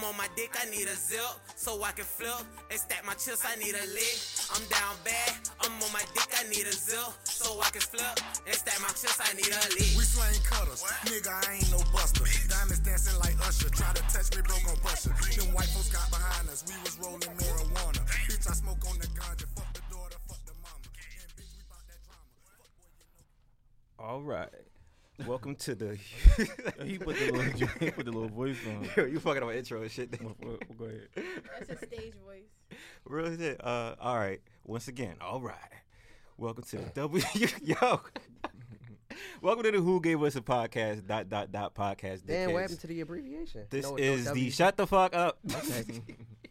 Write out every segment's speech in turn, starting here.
I need a zip so I can flip and stack my chips. I need a lick. I'm down bad, I'm on my dick. I need a zip so I can flip and stack my chips. I need a lick. We slaying cutters, nigga, I ain't no buster. Diamonds dancing like Usher, try to touch me, bro, gon' bust ya. Them white folks got behind us, we was rolling marijuana. Bitch, I smoke on the ganja, fuck the daughter, fuck the mama. And bitch, we 'bout that drama. Fuck boy, you know. All right. Welcome to the. He put the little, he put the little voice on. Yo, you fucking up my intro and shit. Well, well, well, go ahead. That's a stage voice. Really did. Uh, all right. Once again, all right. Welcome to the W. Yo. Welcome to the Who Gave Us a Podcast. Dot dot dot podcast. Damn, dickheads. what happened to the abbreviation? This No- no is the W- shut the fuck up. Okay.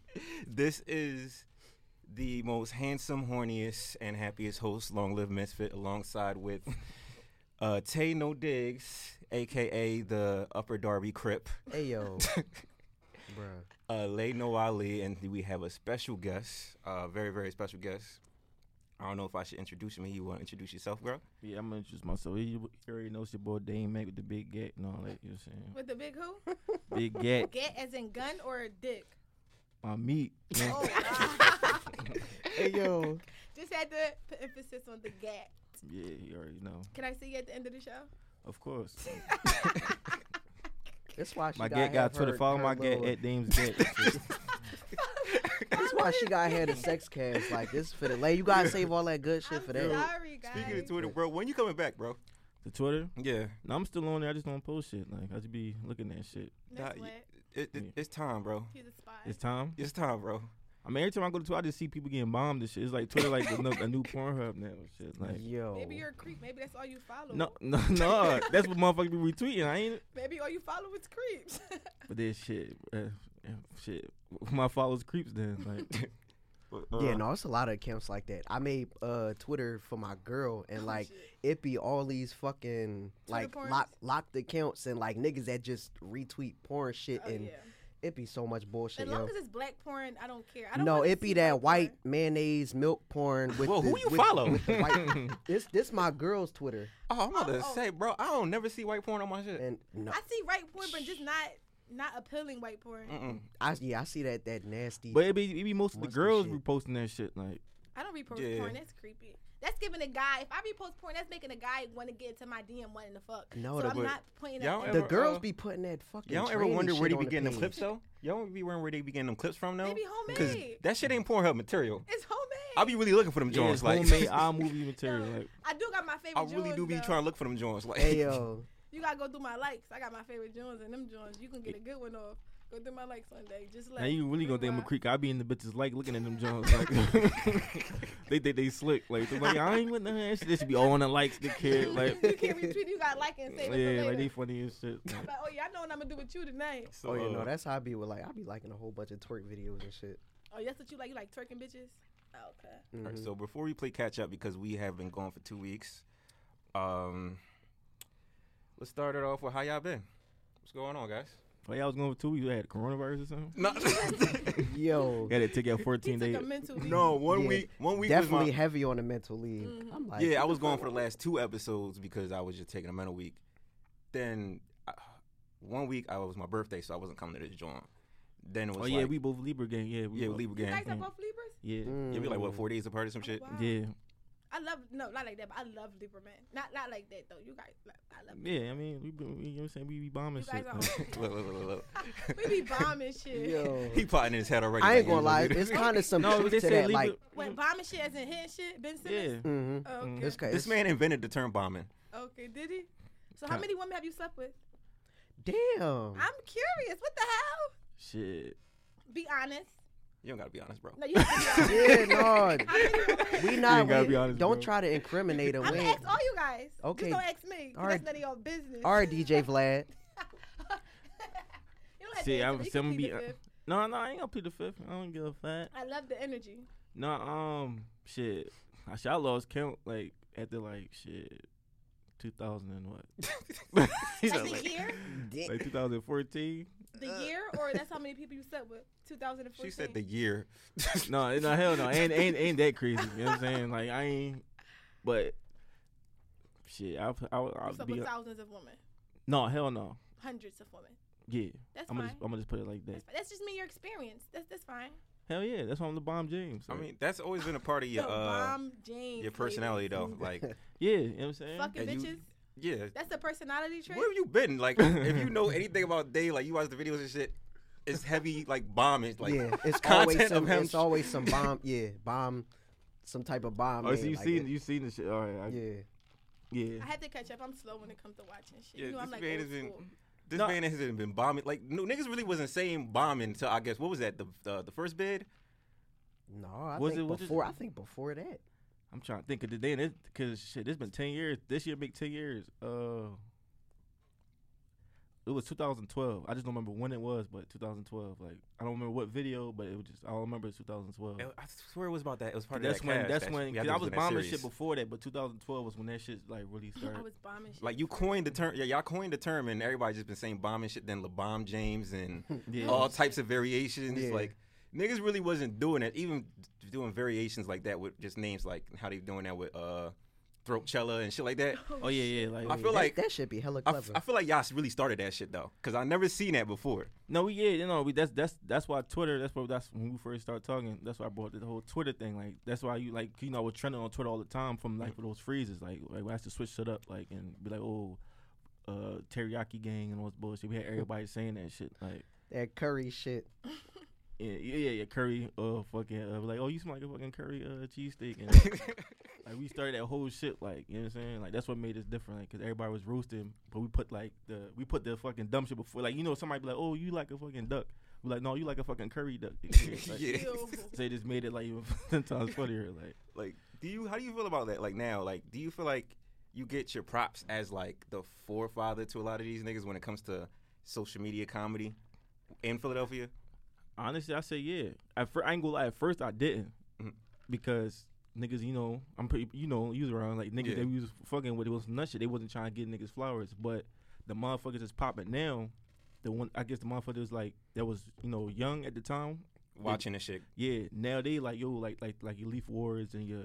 this is the most handsome, horniest, and happiest host, Long Live Misfit, alongside with uh, Tay No Diggs, aka the Upper Darby Crip, Ayo, bruh. uh, Lay No Ali, and we have a special guest, uh, very very special guest. I don't know if I should introduce him. You want to introduce yourself, bro? Yeah, I'm gonna introduce myself. He he already knows your boy Dame Mac with the big gat and all that. You know what With the big who? I'm saying? Big Oh, gat, Get as in gun or dick? my meat. you know? Oh, ah. Ayo. just had to put emphasis on the get. Yeah, you already know. Can I see you at the end of the show? Of course. That's why she My gotta gat got have Twitter. her- Follow her my gat little- at Dame's gat. That's why she got had a sex cast like this for the lay. You gotta save all that good shit I'm for that. sorry, guys. Speaking of Twitter, bro, when you coming back, bro? the Twitter. Yeah, No, I'm still on there. I just don't post shit. Like I just be looking at shit. That's Nah, what. y- it, it, Yeah. it's time, bro. He's a spy. It's time. It's time, bro. I mean, every time I go to Twitter, I just see people getting bombed and shit. It's like Twitter, like a, new- a new Pornhub now. and Shit, like. Yo. Maybe you're a creep. Maybe that's all you follow. No, no, no. That's what motherfuckers be retweeting. I ain't. Maybe all you follow is creeps. Oh, But then shit, uh, uh, shit. My followers creeps then. Like, Uh, Yeah, no, it's a lot of accounts like that. I made uh Twitter for my girl, and like it be all these fucking like Oh, porns? lock, locked accounts and like niggas that just retweet porn shit, oh, and yeah. it be so much bullshit, As long yo. as it's black porn, I don't care. I don't No, wanna it be see that white porn. mayonnaise milk porn with Whoa, the, who you with- follow? with the white- this this my girl's Twitter, Oh, I'm about to Oh, oh. say, bro, I don't never see white porn on my shit. and no, I see white porn, but just not not appealing white porn. Mm-mm. I, yeah, I see that that nasty. but it be, it be most of the Must be girls shit. reposting that shit. Like, I don't repost Yeah. porn. That's creepy. That's giving a guy. If I repost porn, that's making a guy want to get into my DM wanting to fuck. No, so the- I'm but not pointing y'all out. ever- the uh, girls be putting that fucking. Y'all don't ever tranny wonder shit where they be on the getting them page. clips though? Y'all don't be wondering where they be getting them clips from though? They be homemade. that shit ain't Pornhub material. It's homemade. I be really looking for them yeah, joints. it's like homemade all movie material. Like, I do got my I favorite. really do Jones, be though. trying to look for them joints. Like Hey yo, You gotta go through my likes. I got my favorite Jones and them Jones. You can get a good one off. Go through my likes one day. Just like now you really gonna think I'm a rewind. creep? I be in the bitches like looking at them Jones. Like, they think they slick. Like, they like I ain't with none of that shit. They should be all on the likes. The kid. Like, you can't retweet. You got like and say what's yeah, later. like they funny and shit. I'm Like, like, oh yeah, I know what I'm gonna do with you tonight. so, oh yeah, no, uh, that's how I be with like I be liking a whole bunch of twerk videos and shit. Oh, that's what you like. You like twerking bitches. Oh, okay. all right, Mhm. so before we play catch up because we have been gone for two weeks, um, let's start it off with how y'all been. What's going on, guys? Why oh, y'all was going for two? You had coronavirus or something? No, Yo, Yeah, they took out He 14 took days. a mental. no, one Yeah, week, one week was my- definitely heavy on the mental leave. Mhm. I'm like, Yeah, I was going for the last two episodes because I was just taking a mental week. Then uh, one week I was my birthday, so I wasn't coming to this joint. Then it was Oh yeah, like- we both Libra gang. Yeah, we yeah, both- Libra You guys gang. are Mm. both Libras. Yeah, Yeah, we like what Mm. four days apart or some shit. Wow. yeah, I love no, not like that. But I love Libra man. Not not like that though. You guys, like, I love. yeah. I mean, we, been- you know what I'm saying? We be bombing You guys shit. are. like- horrible. Look, look, look, look. we be bombing shit. Yo, He plotting in his head already. I like, ain't gonna yeah, lie, let's do it's this. kind of some No, truth they to that. said Like, Libra. What bombing shit as in hitting shit? Ben Simmons. Yeah. mm-hmm. Oh, okay. Mm. This, ca- it's- This man invented the term bombing. Okay. Did he? So how Huh. many women have you slept with? damn. I'm curious. What the hell? Shit. Be honest. You don't gotta be honest, bro. No, you have to be honest. yeah, no, How many women- we not. gotta we- be honest, don't bro. try to incriminate him. I'm We gonna ain't- ask all you guys. Okay. Just don't ask me. 'cause All That's right. none of your business. All right, DJ Vlad. you don't have See, to I'm- answer. You some can plead be- the fifth. No, no, I ain't gonna play the fifth. I don't give a fuck. I love the energy. No, um, shit. I shot lost count like after like shit, 2000 and what? You know, Like the like, year, like 2014. the year, or that's how many people you slept with. 2014. She said the year. No, no, hell no. Ain't ain't ain't that crazy. You know what I'm saying? Like I ain't. But shit, I I I'll You slept be with thousands of women, no hell no. hundreds of women. Yeah, That's I'm gonna just, fine. I'm gonna just put it like that. That's, fi- that's just me, your experience. That's that's fine. Hell yeah, that's why I'm the bomb James. I like, mean, that's always been a part of your Yo, uh, Bomb James. your personality ladies. though. Like, yeah, you know what I'm saying. Fucking Yeah, you- bitches. yeah, that's the personality trait. where have you been? Like, if you know anything about Day, like you watch the videos and shit, it's heavy like bombing. Like, yeah, it's content always of some, him it's sh- always some bomb. Yeah, bomb, some type of bomb. Oh, so man, you like seen that. you seen the shit? All right, I, yeah, Yeah, yeah. I had to catch up. I'm slow when it comes to watching shit. Yeah, you know, I'm this like man old has been- school. This No. man hasn't been bombing. Like, no, niggas really wasn't saying bombing until I guess what was that? The the, the first bid. no, I Was think it- was it- before. I think before that. I'm trying to think of the day, because shit, it's been ten years. This year, make ten years. Uh, it was 2012. I just don't remember when it was, but 2012. Like I don't remember what video, but it was just all I remember is 2012. I swear it was about that. It was part of that's that when. cast That's that when. we had Cause to I do was that bombing series. shit before that, but 2012 was when that shit like really started. I was bombing shit. Like you coined the term, yeah, y'all coined the term, and everybody just been saying bombing shit. Then LeBom James and Yeah. all types of variations. Yeah. Like niggas really wasn't doing it, even doing variations like that with just names like how they doing that with uh, Throatcella and shit like that. oh yeah, yeah. Like I feel that, like that should be hella I, f- clever. I feel like y'all really started that shit though, cause I never seen that before. No, we yeah, you know, we that's that's that's why Twitter. That's where that's when we first started talking. That's why I brought the whole Twitter thing. Like that's why you like you know we're trending on Twitter all the time from like those freezes. Like like we have to switch it up like and be like oh, uh teriyaki gang and all this bullshit. We had everybody saying that shit like. that curry shit. Yeah, yeah, yeah, yeah, curry, uh, fucking, uh, like, oh, you smell like a fucking curry, uh, cheesesteak, and like, like, we started that whole shit, like, you know what I'm saying, like, that's what made us different, like, cause everybody was roasting, but we put like the, we put the fucking dumb shit before, like, you know, somebody be like, oh, you like a fucking duck, we like, no, you like a fucking curry duck, like, yeah. Ew. so they just made it like even ten times funnier, like, Like, do you how do you feel about that? Like now, like do you feel like you get your props as like the forefather to a lot of these niggas when it comes to social media comedy in Philadelphia? Honestly, I say yeah. At fir- I ain't gonna lie. At first, I didn't Mhm. because niggas, you know, I'm pretty, you know, you was around like niggas Yeah. they was fucking with. It was nut shit. They wasn't trying to get niggas flowers, but the motherfuckers is popping now. The one, I guess, the motherfuckers like that was, you know, young at the time. Watching this shit, Yeah, now they like yo, like like like your Leaf Wars and your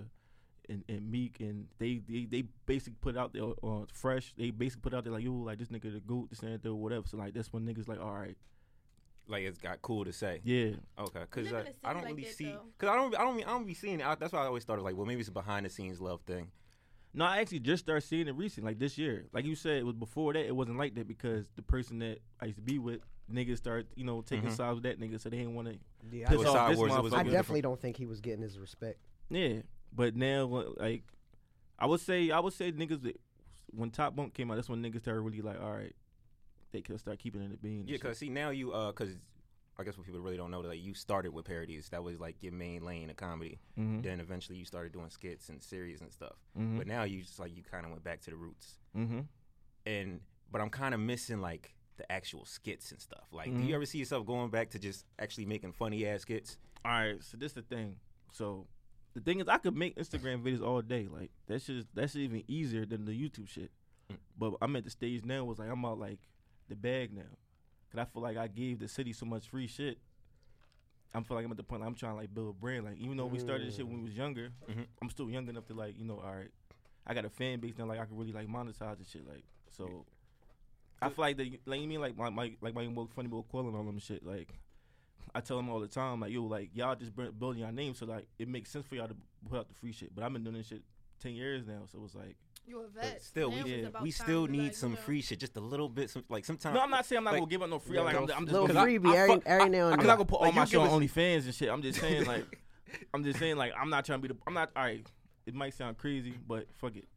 and, and Meek and they they they basically put out there uh, fresh. They basically put out there like yo, like this nigga the goat, this and that, or whatever. So like that's when niggas like, all right, like it's got cool to say. yeah, Okay, because uh, live in a city I don't like really that, see, though. because I don't, I don't, I don't be seeing. it. I, that's why I always started like, well, maybe it's a behind the scenes love thing. No, I actually just started seeing it recently, like this year. Like you said, it was before that. It wasn't like that because the person that I used to be with, niggas start, you know, taking Mhm. sides with that nigga, so they didn't want to Yeah, piss was off side this wars, it was I, I a motherfucker. different- definitely don't think he was getting his respect. Yeah, but now, what- like, I would say, I would say niggas that when Top Bunk came out, that's when niggas started really like, all right, they could start keeping it a bean. and Yeah, shit. because see now you, uh, because I guess what people really don't know, like you started with parodies. That was like your main lane of comedy. Hmm. Mhm, Then eventually you started doing skits and series and stuff. mhm, But now you just like you kind of went back to the roots. mhm. And but I'm kind of missing like the actual skits and stuff. Like, do Mhm. Hmm. you ever see yourself going back to just actually making funny ass skits? All right, so this the thing. So the thing is, I could make Instagram videos all day. Like that's just that's even easier than the YouTube shit. Mm. But I'm at the stage now. Was like I'm out like the bag now, cause I feel like I gave the city so much free shit. I'm feel like I'm at the point I'm trying to like build a brand. Like even though we started this shit when we was younger, Mhm. I'm still young enough to like you know all right. I got a fan base now. Like I can really like monetize the shit. Like so. I feel like the like you mean like my, my like my young funny boy Quill and all them shit like I tell them all the time, like, yo, like, y'all just br- building your name, so, like, it makes sense for y'all to put out the free shit. But I've been doing this shit 10 years now, so it's like. you a vet. But still, Now we, it's yeah, about we time still to, need like, you some know, free shit, just a little bit. Some like sometimes. No, I'm not saying I'm not like- gonna give up no free. like, I'm, I'm just little gonna, free be I, every, fuck- every now I, and cause then. I could put all Like, my you shit on give OnlyFans and shit. I'm just saying, like, I'm just saying, like, I'm not trying to be the. I'm not. All right, it might sound crazy, but fuck it.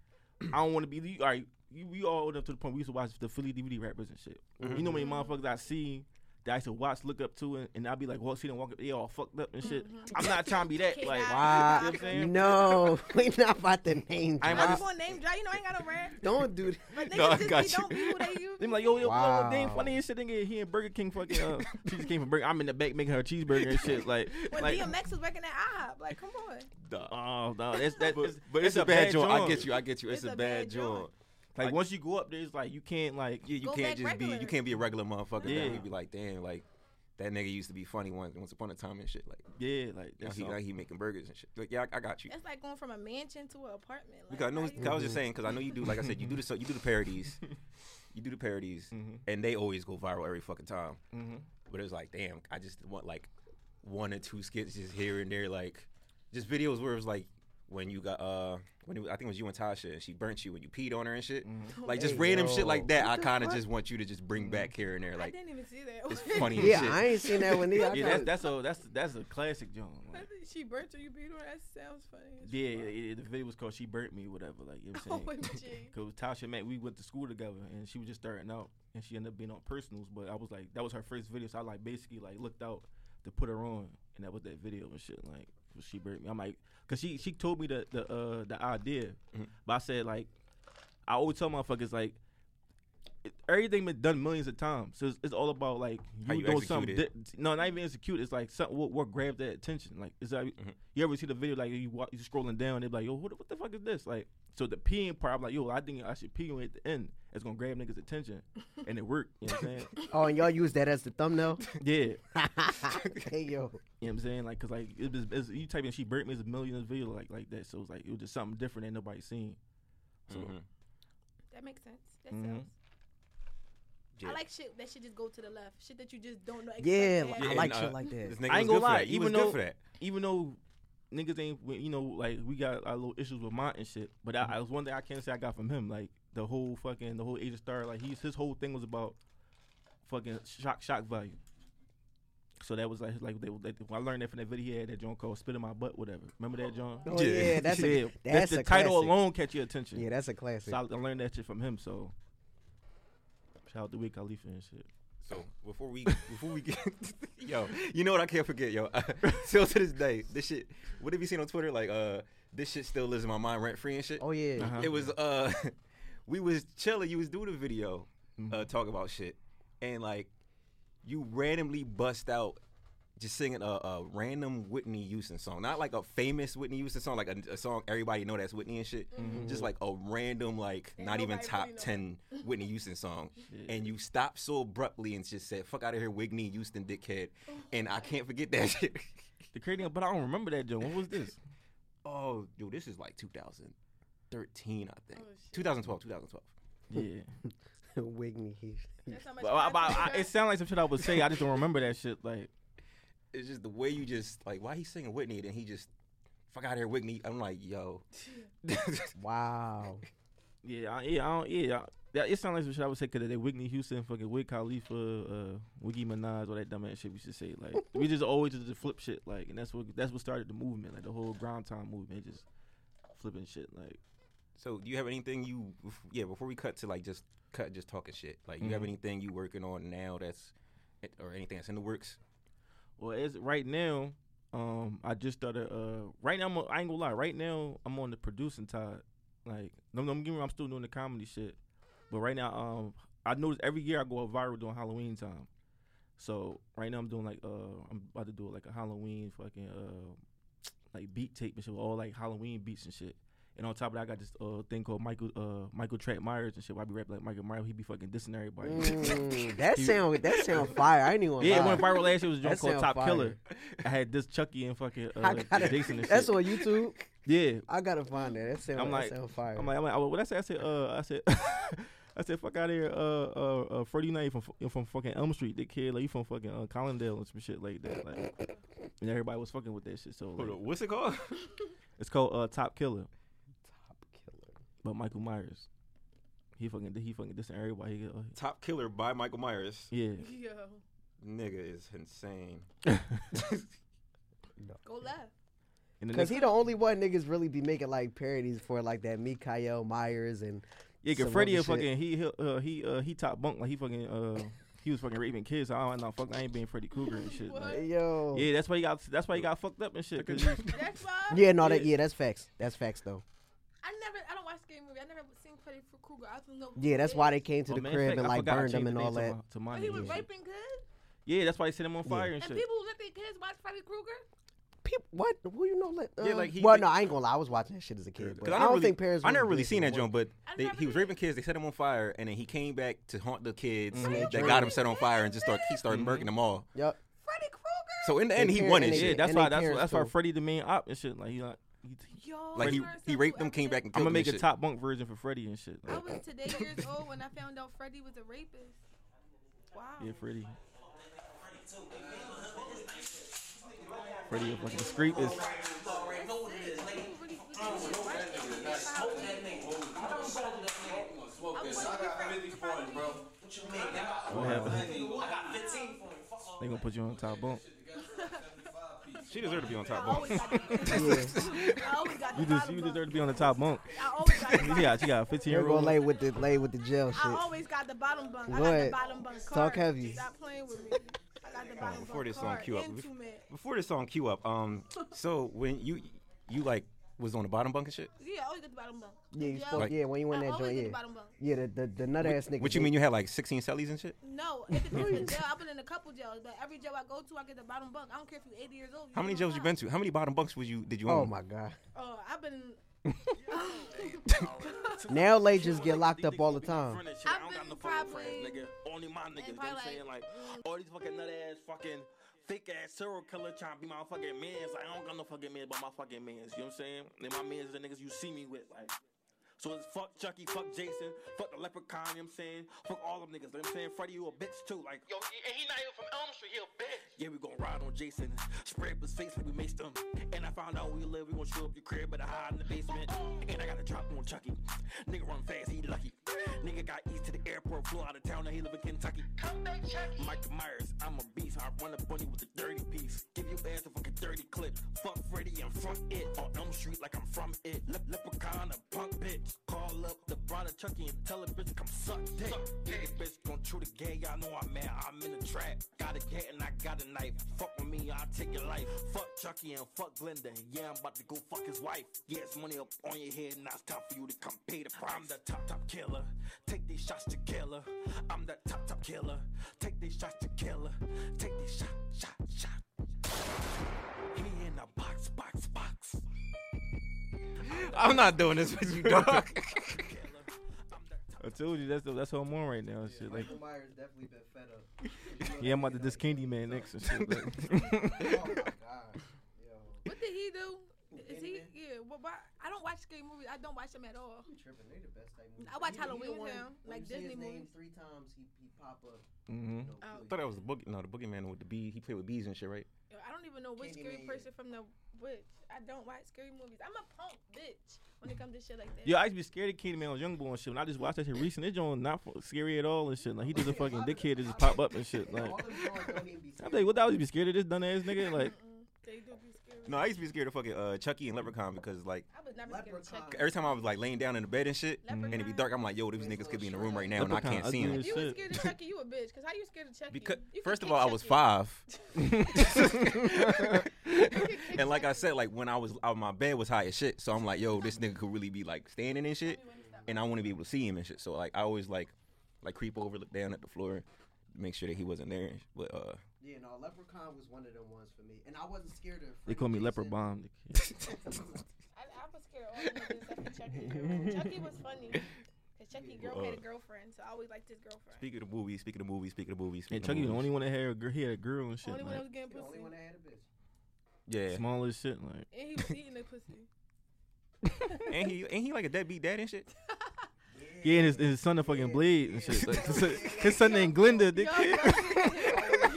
I don't want to be the. All right, you, we all old up to the point we used to watch the Philly DVD rappers and shit. You know how Mm-hmm. many motherfuckers I see that I used to watch, look up to, and, and I'd be like, well, see them walk up, they all fucked up and shit. I'm not trying to be that. Kid Like, Eye. You know what I'm saying? No, we not about the name. I ain't I about drop. just want name drop. You know, I ain't got no rap. Don't do But that. niggas No, I just got be, you. don't be who they used. They be like, yo, yo, wow. Wow. yo, damn funny as shit. Nigga, he in Burger King fucking, uh, she just came from Burger. I'm in the back making her cheeseburger and shit. Like, when like, DMX was working at IHOP, like, come on. oh no, that's that. But, it's, but it's, a bad joint. I get you. I get you. It's, a, bad joint. joint. Like once you go up there, it's like you can't like. Yeah, you Go can't back just be. You regular. can't be a regular motherfucker. Yeah, Yeah. you'd be like, damn, like that nigga used to be funny once, once upon a time and shit. Like Yeah, like now that's he, all. now he making burgers and shit. Like yeah, I, I got you. That's like going from a mansion to an apartment. Like, Because I know how cause you- I was just saying because I know you do like I said you do the so you do the parodies, you do the parodies, Mhm. and they always go viral every fucking time. Mm-hmm. But it's like, damn, I just want like one or two skits just here and there, like just videos where it was like when you got uh when it was, I think it was you and Tasha and she burnt you and you peed on her and shit. Like just Hey, random yo. shit like that. I What the kind of fuck? just want you to just bring back here and there, I like didn't even see that. it's one. funny. as Yeah, shit. I ain't seen that one either. I Yeah, that's thought- that's a that's that's a classic John. Like, she burnt her, you beat her. That sounds funny. as yeah, yeah, fuck. yeah, the video was called "She Burnt Me" or whatever. Like you know what I'm saying. OMG. Cause Tasha Mack, we went to school together, and she was just starting out, and she ended up being on personals. But I was like, that was her first video, so I like basically like looked out to put her on, and that was that video and shit. Like she burnt me. I'm like, cause she she told me the the uh, the idea, but I said like, I always tell motherfuckers like, it, everything been done millions of times, so it's, it's all about like How you you doing execute something. it. di- no, not even execute. It's like something what, what grabbed that attention. Like is that Mm-hmm. you ever see the video like you walk, you scrolling down, they're like, yo, what, the- what the fuck is this? Like, so the peeing part, I'm like, yo, I think I should pee on it at the end. It's gonna grab niggas' attention, and it worked. You know what I'm saying? oh, and y'all use that as the thumbnail. yeah. hey yo, You know what I'm saying? Like, cause like it was, it's, you type in she burnt me, it's a million video like like that. So it's like it was just something different that nobody seen. So Mhm. That makes sense. That Mhm. sounds. Yeah. I like shit that should just go to the left. Shit that you just don't know. expect yeah, to I happen. and, like shit uh, like This that. nigga I was good ain't gonna for lie, that. You even was good though- for that. even though niggas ain't you know like we got our little issues with Mont and shit, but I, I was one thing I can say I got from him like the whole fucking the whole Asia Star like he's his whole thing was about fucking shock shock value. So that was like like they, they I learned that from that video he had that John called "Spit in My Butt" whatever. Remember that John? Oh yeah, Yeah. that's a, Yeah, that's, the a title classic. alone catch your attention. Yeah, that's a classic. so I, I learned that shit from him. So shout out to Wiz Khalifa and shit. So before we before we get yo, you know what I can't forget, yo. Still to this day, this shit. What have you seen on Twitter? Like, uh, this shit still lives in my mind rent free and shit. Oh yeah, Uh-huh. It was uh, we was chilling. You was doing a video, uh, talk about shit, and like, you randomly bust out. Just singing a, a random Whitney Houston song, not like a famous Whitney Houston song, like a, a song everybody know that's Whitney and shit. Just like a random, like Ain't not even nobody top really know ten Whitney Houston song, and you stopped so abruptly and just said, "Fuck out of here, Whitney Houston, dickhead," and I can't forget that shit. The crazy, but I don't remember that John. What was this? oh, dude, this is like 2013, I think, Oh, shit. 2012, 2012. Yeah. Uh-huh. Whitney Houston. That's how much. Well, I- faster I- I- it it sounded like some shit I would say. I just don't remember that shit. Like, it's just the way you just like why he singing Whitney then he just fuck out of here Whitney. I'm like yo, Wow. yeah, I, yeah, I don't, yeah. I, that, it sounded like some shit I would say because that Whitney Houston, fucking Wiz Khalifa, uh, Wiggy Minaj, all that dumb ass shit we should say. Like, we just always just flip shit. Like, and that's what that's what started the movement, like the whole ground time movement, just flipping shit. Like, so do you have anything you yeah before we cut to like just cut just talking shit like you have Mm-hmm. anything you working on now that's or anything that's in the works? well, as right now, um, I just started. Uh, right now, I'm, a- I ain't gonna lie. Right now, I'm on the producing side. Like, no, no, give me. wrong, I'm still doing the comedy shit, but right now, um, I notice every year I go out viral during Halloween time. So right now I'm doing like uh I'm about to do like a Halloween fucking uh like beat tape and shit, with all like Halloween beats and shit. And on top of that, I got this uh thing called Michael uh Michael Trap Myers and shit. Where I be rapping like Michael Myers, he be fucking dissing everybody. Mm, that He- sound that sound fire. I ain't even. gonna Yeah, it lie. went viral last year. It was a That joint called sound Top fire. Killer. I had this Chucky and fucking uh, I gotta, Jason and that's shit. on YouTube. yeah, I gotta find that. That sound, I'm like- that sound fire. I'm like, I'm like, oh, what I said, I said, uh, I said, I said, fuck out of here, uh, uh, uh Freddie Knight from fu- from fucking Elm Street, that kid, like you from fucking uh, Collindale and some shit like that, like, and everybody was fucking with that shit. So like, What's it called? it's called uh, Top Killer, Top killer. but Michael Myers, he fucking he fucking dissing everybody. He, uh, Top Killer by Michael Myers. yeah, sounds. Yo, Nigga is insane. go left. and the Cause next, he the only one niggas really be making like parodies for like that Mikael Myers and yeah, some cause Freddie other shit. a fucking he he uh, he uh, he top bunk like he fucking uh he was fucking raping kids. So I don't know, fuck, I ain't being Freddy Krueger and shit. Like, yo. yeah, that's why he got that's why he got fucked up and shit. 'cause he- That's why. Yeah, no, that Yeah. yeah, that's facts. That's facts though. I never. I don't watch scary movie. I never seen Freddy Krueger. I just know. who Yeah, he that's is. why they came to Oh, the man, crib fact, and I like forgot I burned changed them the and all name that. to my- But to he my was name. raping kids, Yeah, that's why he set him on fire and and shit. people who let their kids watch Freddy Krueger. Peop- what? Who you know? Let, uh, Yeah, like, he well, think- no, I ain't gonna lie. I was watching that shit as a kid. But I, don't really, think parents. I never was really doing seen some that John, work. but I they, never he was did. raping kids. They set him on fire, and then he came back to haunt the kids Mm-hmm. that Drake. got him set on fire and just start he started murking them all. Yup. Freddy Krueger. So in the They end, he care- won and his Mm-hmm. they shit. Yeah, shit. that's And why they that's why- parents that's why too. Freddie the main op and shit. Like he like he, Yo, Like I he learned he something raped new them, every came day. back and I'm killed gonna them and make a shit. top bunk version for Freddie and shit. I Like, was today years old when I found out Freddie was a rapist. Wow. yeah, Freddie. Freddie is like the street is. People really do that shit, right? I wasn't different from Freddie. What happened? They gonna put you on top bunk. She deserved to be on I top bunk. always got the I always got You the just bottom you bunk. deserve to be on the top bunk. I always got the You got you got a 15 You're year gonna old. lay with the lay with the jail shit. I always got the bottom bunk. I got the What? bottom bunk card. Talk heavy. Stop playing with me. I got the bottom bunk before this song card. queue up, and we- two men. Before this song cue up, um, so when you you like was on the bottom bunk and shit. Yeah, I always got the bottom bunk. yeah, you Jail- spoke, yeah, when you went I that always joint, get yeah, the bottom bunk. yeah, the the, the nut ass nigga. What you mean you had like 16 cellies and shit? No, it depends on the jail. I've been in a couple jails, but every jail I go to, I get the bottom bunk. I don't care if you're 80 years old. How many get on jails you top. been to? How many bottom bunks was you did you Oh own? my god! Oh, I've been. Now they just get locked up all the time. I've been probably- Only my niggas. and They probably saying like- like all these fucking nut ass fucking thick ass serial killer trying to be my fucking mans. Like I don't got no fucking mans but my fucking mans. You know what I'm saying? And my mans is the niggas you see me with. Like so it's fuck Chucky, fuck Jason, fuck the leprechaun, you know what I'm saying? Fuck all them niggas. You know what I'm saying? Freddie, you a bitch too. Like Yo, and he not even from Elm Street. He a bitch. Yeah, we gon' ride on Jason, spray up his face like we maced him. And I found out where you live, we gon' shoot up your crib, better hide in the basement. And I got a drop on Chucky. Nigga run fast, he lucky. Nigga got east to the airport, flew out of town, now he live in Kentucky. Come back, check. Mike Myers, I'm a beast, I run up on you with a dirty piece. Give you ass a fucking dirty clip. Fuck Freddy, I'm from it. On Elm Street like I'm from it. Le- leprechaun, a punk bitch. Call up the brother Chucky and tell a bitch come suck dick. Suck dick. Nigga bitch gon' chew the gay, y'all know I'm mad, I'm in a trap. Got a cat and I got a knife. Fuck with me, I'll take your life. Fuck Chucky and fuck Glenda. Yeah, I'm about to go fuck his wife. Yeah, it's money up on your head, now it's time for you to come pay the price. I'm the top top killer. Take these shots to killer. I'm the top top killer. Take these shots to killer. Take these shot, shot, shot. He in the box, box, box. I'm not doing this with you, dog. I told you that's the, that's how I'm on right now. and Shit like Myers definitely been fed up. Oh yeah, I'm about to this Candyman next and shit. Like, What did he do? Is he? Yeah. Well, why, I don't watch scary movies. I don't watch them at all. I watch Halloween with him, like Disney movies. Three times he, he pop up. mm-hmm. Oh. thought that was the boogie. No, the boogeyman with the bee. He played with bees and shit, right? Yo, I don't even know which scary Candyman. person from the which. I don't watch scary movies. I'm a punk bitch when it comes to shit like that. Yo, I used to be scared of Candyman on Young Boy and shit. When I just watched that shit recently, it's on not fu- scary at all and shit. Like he just a fucking dickhead that just pop up Oh. and shit. Like I'm like, what the hell you be scared of this dumb ass nigga? Like Mm-mm, they do be scary. No, I used to be scared of fucking uh, Chucky and Leprechaun because like I was never scared of Leprechaun. Chucky. every time I was like laying down in the bed and shit, and it'd be dark. I'm like, yo, these niggas could be in the room right now and I Leprechaun can't see ugly them. as If you was shit. scared of Chucky, you a bitch. Cause how you scared of Chucky? Because You could first of kick all, I was Chucky. five, kick and like I said, like when I was out, my bed was high as shit. So I'm like, yo, this nigga could really be like standing and shit, and I want to be able to see him and shit. So like I always like like creep over, look down at the floor, make sure that he wasn't there. But uh, Yeah, no, Leprechaun was one of them ones for me, and I wasn't scared of. They call me leper bomb. I, I was scared of all the niggas except for Chucky. girl. Chucky was funny. Cause Chucky girl had a girlfriend, so I always liked his girlfriend. uh, speaking of the movie, speaking of the movie, speaking of the movie, speaking And of Chucky the movies. only one that had a girl. He had a girl and shit. Only when I Like, was getting The pussy, only one that had a bitch. yeah, small as shit. Like and he was eating the pussy. and he and he like a deadbeat dad and shit. yeah, and his, and his son a fucking bleed and shit. Like, his, son- his son named Glenda. Yo, Dickhead.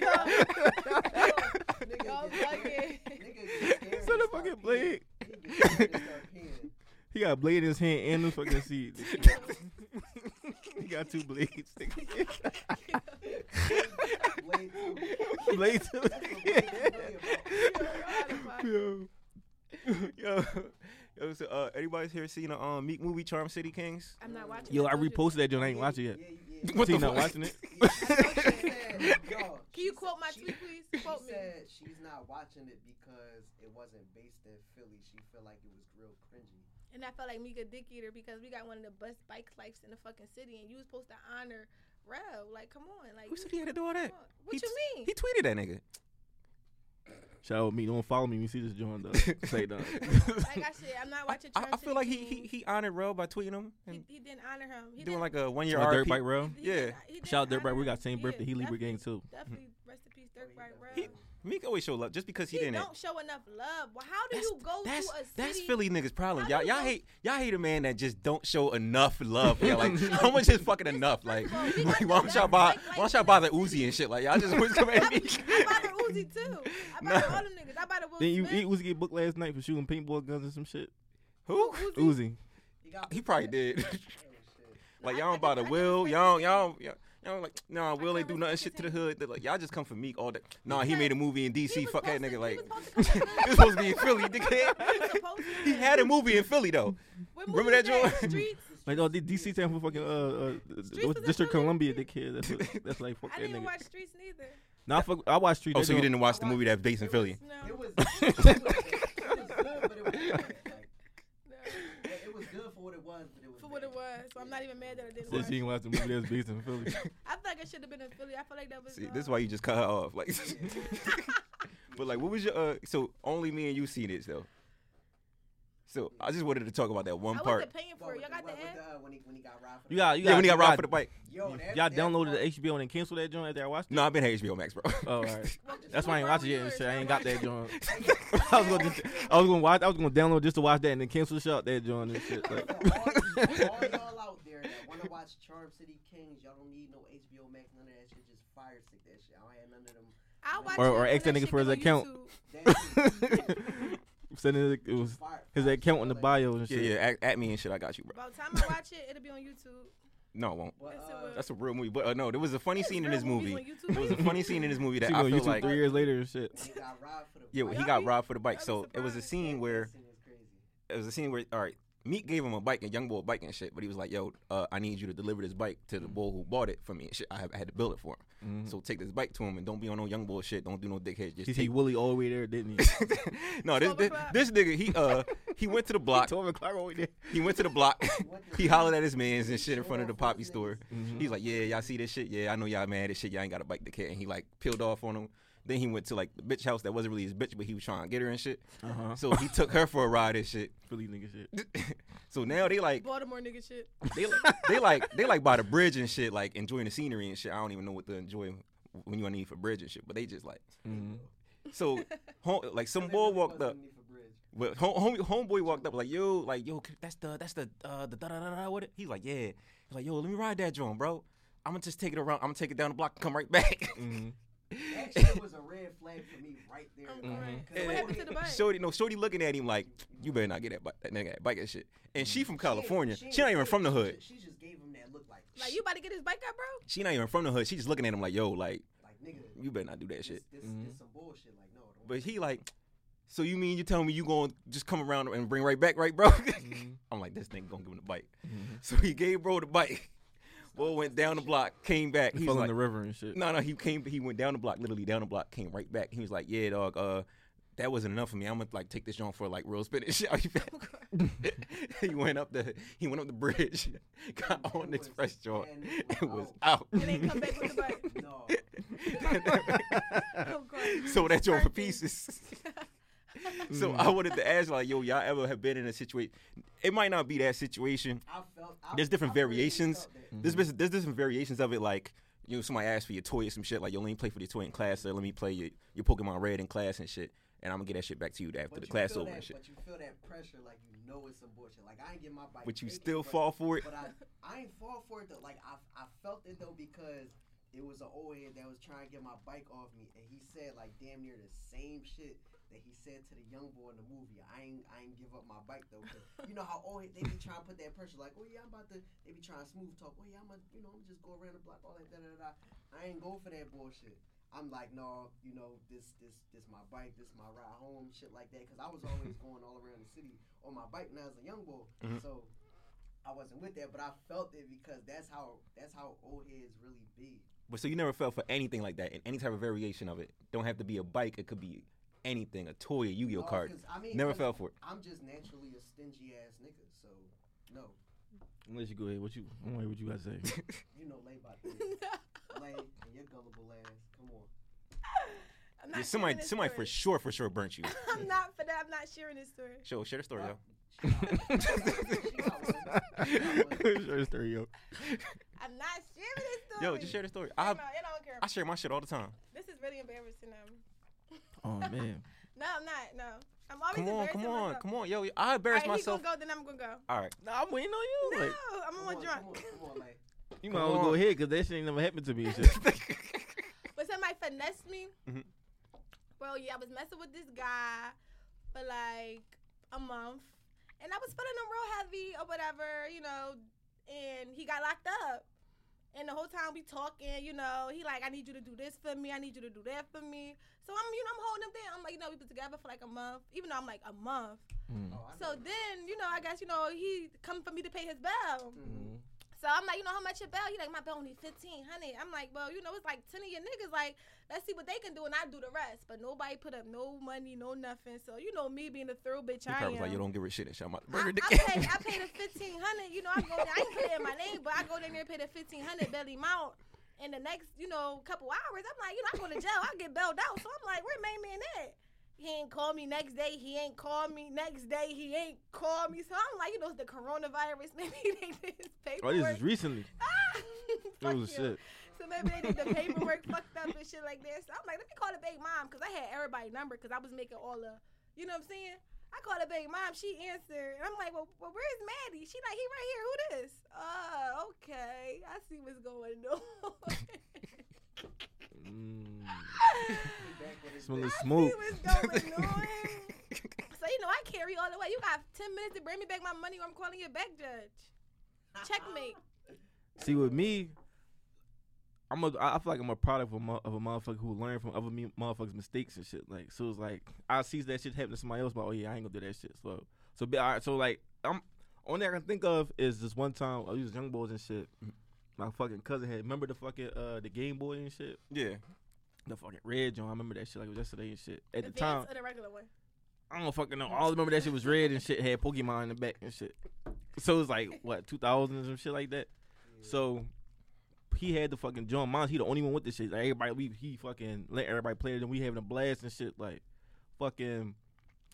yo, yo, fucking. His son a fucking bleed. He got a blade in his hand and the fucking seeds. he got two blades. nigga. blade to Yo. yo, yo, so uh, anybody's here seen the um, Meek movie Charm City Kings? I'm not watching. Yo, that, I told you. reposted that joint. I ain't watching it yet. What the T not fuck? watching it. Can you quote my tweet, please? Quote She me. said she's not watching it because it wasn't based in Philly. She felt like it was real cringy. And I felt like Mika Dick Eater because we got one of the best bike lifes in the fucking city, and you was supposed to honor Rev. Like, come on, like. Who you- said he had to do all that? come on. What He you t- mean? He tweeted that nigga. Shout out me. Don't follow me. when You see this joint though. Say done. like I said, I'm not watching. I, Charm I feel City like he he Kings. he honored Rel by tweeting him he, and he didn't honor him. He doing didn't, like a one year Shout out Dirt RP. Bike Rail. he yeah. didn't- he didn't Shout out Dirt honor Bike. We him. got same birthday. Yeah, He lead with gang definitely- too. Definitely rest in peace, Dirt Bike. Rev. He- Meek always show love just because he, He didn't. don't show enough love. Well, how do you go that's, to a city? that's Philly niggas' problem. How Y'all, do y'all you- hate y'all hate a man that just don't show enough love. Yeah, like how much is fucking enough? Like, first of all, we like got why the don't y'all best, buy like- why don't like- y'all buy the Uzi and shit? Like y'all just always come at me. I buy the Uzi too. I buy the Nah. all the niggas. I buy the Will Then you Smith. he was get booked last night for shooting paintball guns and some shit. Who? Uzi. He probably did. Oh, like I- y'all I don't buy can- the I can will. respect Y'all his y'all y'all. Y'all like nah, will they can't do nothing shit respect to his the hood? They're like y'all just come for Meek all that. Nah, he Because made a movie in He D.C. was Fuck that supposed nigga. to- Like he was supposed to come it was supposed to be in Philly, dickhead. supposed to He had a movie in Philly though. What remember movie that was joint? Streets. Like oh, no, the DC stand for fucking uh, uh Streets was what's in District Philly? Columbia. That kid. That's, what, that's like fuck I that didn't nigga. watch Streets neither. Nah, I fuck. I watched Street. Oh, They so you doing- didn't watch the movie that's based in Philly? No, It was, it was, it was, good, but it was good. Like, no. it was good for what it was, but it was For what it was, so I'm not even mad that I didn't Said watch. she didn't watch the movie that's based in Philly. I feel like I should have been in Philly. I feel like that was. See, uh, this is why you just cut her off. Like, but like, what was your? Uh, so only me and you see this though. So I just wanted to talk about that one I part. wasn't paying Yo, for it. with Y'all the- got the with ad. the, uh, when he when he got robbed. for the- You got. You got. yeah, when he got you robbed got- for the bike. Yo, Oh, that, Y'all that downloaded part- the HBO and canceled that joint after I watched it. No, I've been at HBO Max, bro. Oh, all right. Well, That's you why I ain't were watch it on yet. and yours. Shit, I Y'all ain't got watched that it. joint. I was gonna, I was gonna watch. I was gonna download just to watch that and then cancel shut that joint and shit. Like, For all, all y'all out there that want to watch Charm City Kings, y'all don't need no HBO Max, none of that shit. Just fire stick that shit. I ain't none of them. I watched Or- it or when ask that nigga shit for his go on account. YouTube. That shit sending it, it was fire. his fire account in shit. the bio and yeah, shit. yeah. At, at me and shit, I got you, bro. By the time I watch it, it'll be on YouTube. No, it won't. But, Yes, it uh, was. That's a real movie. But uh, no, there was a funny There's scene in real this movies movie. on YouTube. There was a funny scene in this movie that She I on feel YouTube like three years later and shit. He got robbed for the yeah, he bike. got robbed for the bike. I'd be So it was a surprised. scene where That scene was crazy. it was a scene where all right, Meek gave him a bike and Young Boy a bike and shit, but he was like, "Yo, uh, I need you to deliver this bike to Mm. the boy who bought it for me and shit. I, have, I had to build it for him. So take this bike to him and don't be on no Young Boy shit. Don't do no dickhead. Just Mm-hmm. He take said Willie all the way there, didn't he? no, this, Twelve this o'clock. this nigga he uh he went to the block. Twelve o'clock all the way there. He went to the block. he hollered at his mans and shit in front of the poppy store. Mm-hmm. He's like, "Yeah, y'all see this shit? Yeah, I know y'all mad at shit. Y'all ain't got a bike to cat." And he like peeled off on him. Then he went to like the bitch house that wasn't really his bitch, but he was trying to get her and shit. Uh-huh. So he took her for a ride and shit. Philly nigga shit. So now they like Baltimore nigga shit. they like they like they like by the bridge and shit, like enjoying the scenery and shit. I don't even know what to enjoy when you on need for bridge and shit, but they just like so home, like some boy walked up. But home, home, homeboy walked up like, yo, like, yo, that's the that's the uh, the da da da da. What? it-" He's like, yeah. He's like, yo, let me ride that joint, bro. I'm gonna just take it around. I'm gonna take it down the block and come right back. That shit was a red flag for me right there. I'm like, crying. 'cause What happened to the bike? Shorty, no, Shorty looking at him like, you better not get that bike, that nigga that bike and shit. And she Mm-hmm. from California. She, not even from the hood. She just gave him that look like, Like you about to get his bike up, bro? She not even from the hood. She just looking at him like, yo, like, like nigga, you better not do that this, shit. Mm-hmm. this, this some bullshit. Like no, don't. But he like, so you mean you telling me you gonna just come around and bring right back, right, bro? Mm-hmm. I'm like, this nigga gonna give him the bike. So he gave bro the bike. Boy went down the block, came back. He He's fell like, in the river and shit. No, no, he came. He went down the block, literally down the block, came right back. He was like, "Yeah, dog, uh, that wasn't enough for me. I'm gonna like take this joint for like real spin and shit." he went up the he went up the bridge, got on this fresh joint, and was out. And then come back with the bike. no. Oh, God. so that joint for Perfect. pieces. so Mm. I wanted to ask, like, yo, y'all ever have been in a situation? It might not be that situation. I felt. I, There's different I really variations. felt that. There's bus- there's different variations of it. Like you know, somebody asks for your toy or some shit. Like yo, let me play for your toy in class, or let me play your, your Pokemon Red in class and shit. And I'm gonna get that shit back to you after But the you class feel over that, and shit. But you feel that pressure, like you know it's some bullshit. Like I ain't get my bike. But you taken, still but- fall for it. But I, I ain't fall for it though. Like I, I felt it though because it was an old head that was trying to get my bike off me, and he said like damn near the same shit that he said to the young boy in the movie. I ain't, I ain't give up my bike though. 'cause you know how old head, they be trying to put that pressure, like oh yeah, I'm about to. They be trying to smooth talk. Oh yeah, I'm gonna, you know, I'm just go around the block, all that da da da. da. I ain't go for that bullshit. I'm like, no, you know, this, this, this my bike, this my ride home, shit like that. Cause I was always going all around the city on my bike when I was a young boy. Mm-hmm. So I wasn't with that, but I felt it because that's how that's how old heads really be. But so you never fell for anything like that in any type of variation of it. Don't have to be a bike. It could be anything, a toy, a Yu-Gi-Oh No, card. Oh, 'cause, I mean, never I'm- fell for it. I'm just naturally a stingy ass nigga, so no, Unless you go ahead, what you? I want to hear what you got to say. you know, lay by thing. lay and your gullible ass. Come on, I'm Yeah, not sharing somebody, this somebody for story. sure, for sure burnt you. I'm not for that. I'm not sharing this story. Show, share the story, yo. Short story, yo. I'm not sharing this story. Yo, just share the story. I No, it don't care. I share my shit all the time. This is really embarrassing. Um, Oh man. No, I'm not. No, I'm always Come on, embarrassed come of on, myself. come on, yo! I embarrass All right, myself. He gonna go, then I'm gonna go. All right, Nah, I'm waiting on you. No, Like, I'm on drunk. Come on, like, you Come might as well go on. ahead because that shit ain't never happened to me. and shit. But somebody finessed me. Mm-hmm. Mhm. Well, yeah, I was messing with this guy for like a month, and I was feeling him real heavy or whatever, you know. And he got locked up, and the whole time we talking, you know, he like, I need you to do this for me, I need you to do that for me. So I'm, you know, I'm holding him down. I'm like, you know, we've been together for like a month, even though I'm like a month. Mm. oh, I So know. then, you know, I guess you know he come for me to pay his bill. Mm-hmm. Mm-hmm. Mhm. So I'm like, you know how much your bill? He like, my bill only fifteen hundred. I'm like, well, you know, it's like ten of your niggas. Like, let's see what they can do, and I do the rest. But nobody put up no money, no nothing. So you know me being a thorough bitch, he I am. probably was like, "You don't give a shit." And shit, I'm about to I, I murder the pay, I pay the fifteen hundred. You know, I go there. I ain't put it in my name, but I go down there and pay the fifteen hundred belly amount. In the next, you know, couple hours, I'm like, you know, I go to jail. I get bailed out. So I'm like, where main man at? He ain't call me next day. He ain't call me next day. He ain't call me. So I'm like, you know, it's the coronavirus. Maybe they did his Oh, this paperwork. is recently. Ah! Fuck Oh you. shit. So maybe they did the paperwork fucked up and shit like that. So I'm like, let me call the big mom because I had everybody number because I was making all the, you know what I'm saying? I called the big mom. She answered, and I'm like, well, well where's Maddie? She like, he right here. Who this? Oh, okay. I see what's going on. Mm. He back with his Smell I of see smoke. what's going on. so you know, I carry all the way. You got 10 minutes to bring me back my money, or I'm calling you back, judge. Uh-uh. Checkmate. See with me, I'm a. I I feel like I'm a product of a, mo- of a motherfucker who learned from other me motherfuckers' mistakes and shit. Like so, it's like I see that shit happen to somebody else, but oh yeah, I ain't gonna do that shit. So so be all right. So like I'm only thing I can think of is this one time I was young boys and shit. My fucking cousin had remember the fucking uh the Game Boy and shit, yeah, the fucking red joint. I remember that shit like it was yesterday and shit. At the Advance time, or the regular one. I don't fucking know. All I remember that shit was red and shit had Pokemon in the back and shit. So it was like what two thousands and shit like that. So he had the fucking John Mons. He the only one with this shit. Like everybody, we he fucking let everybody play it, and we having a blast and shit. Like fucking,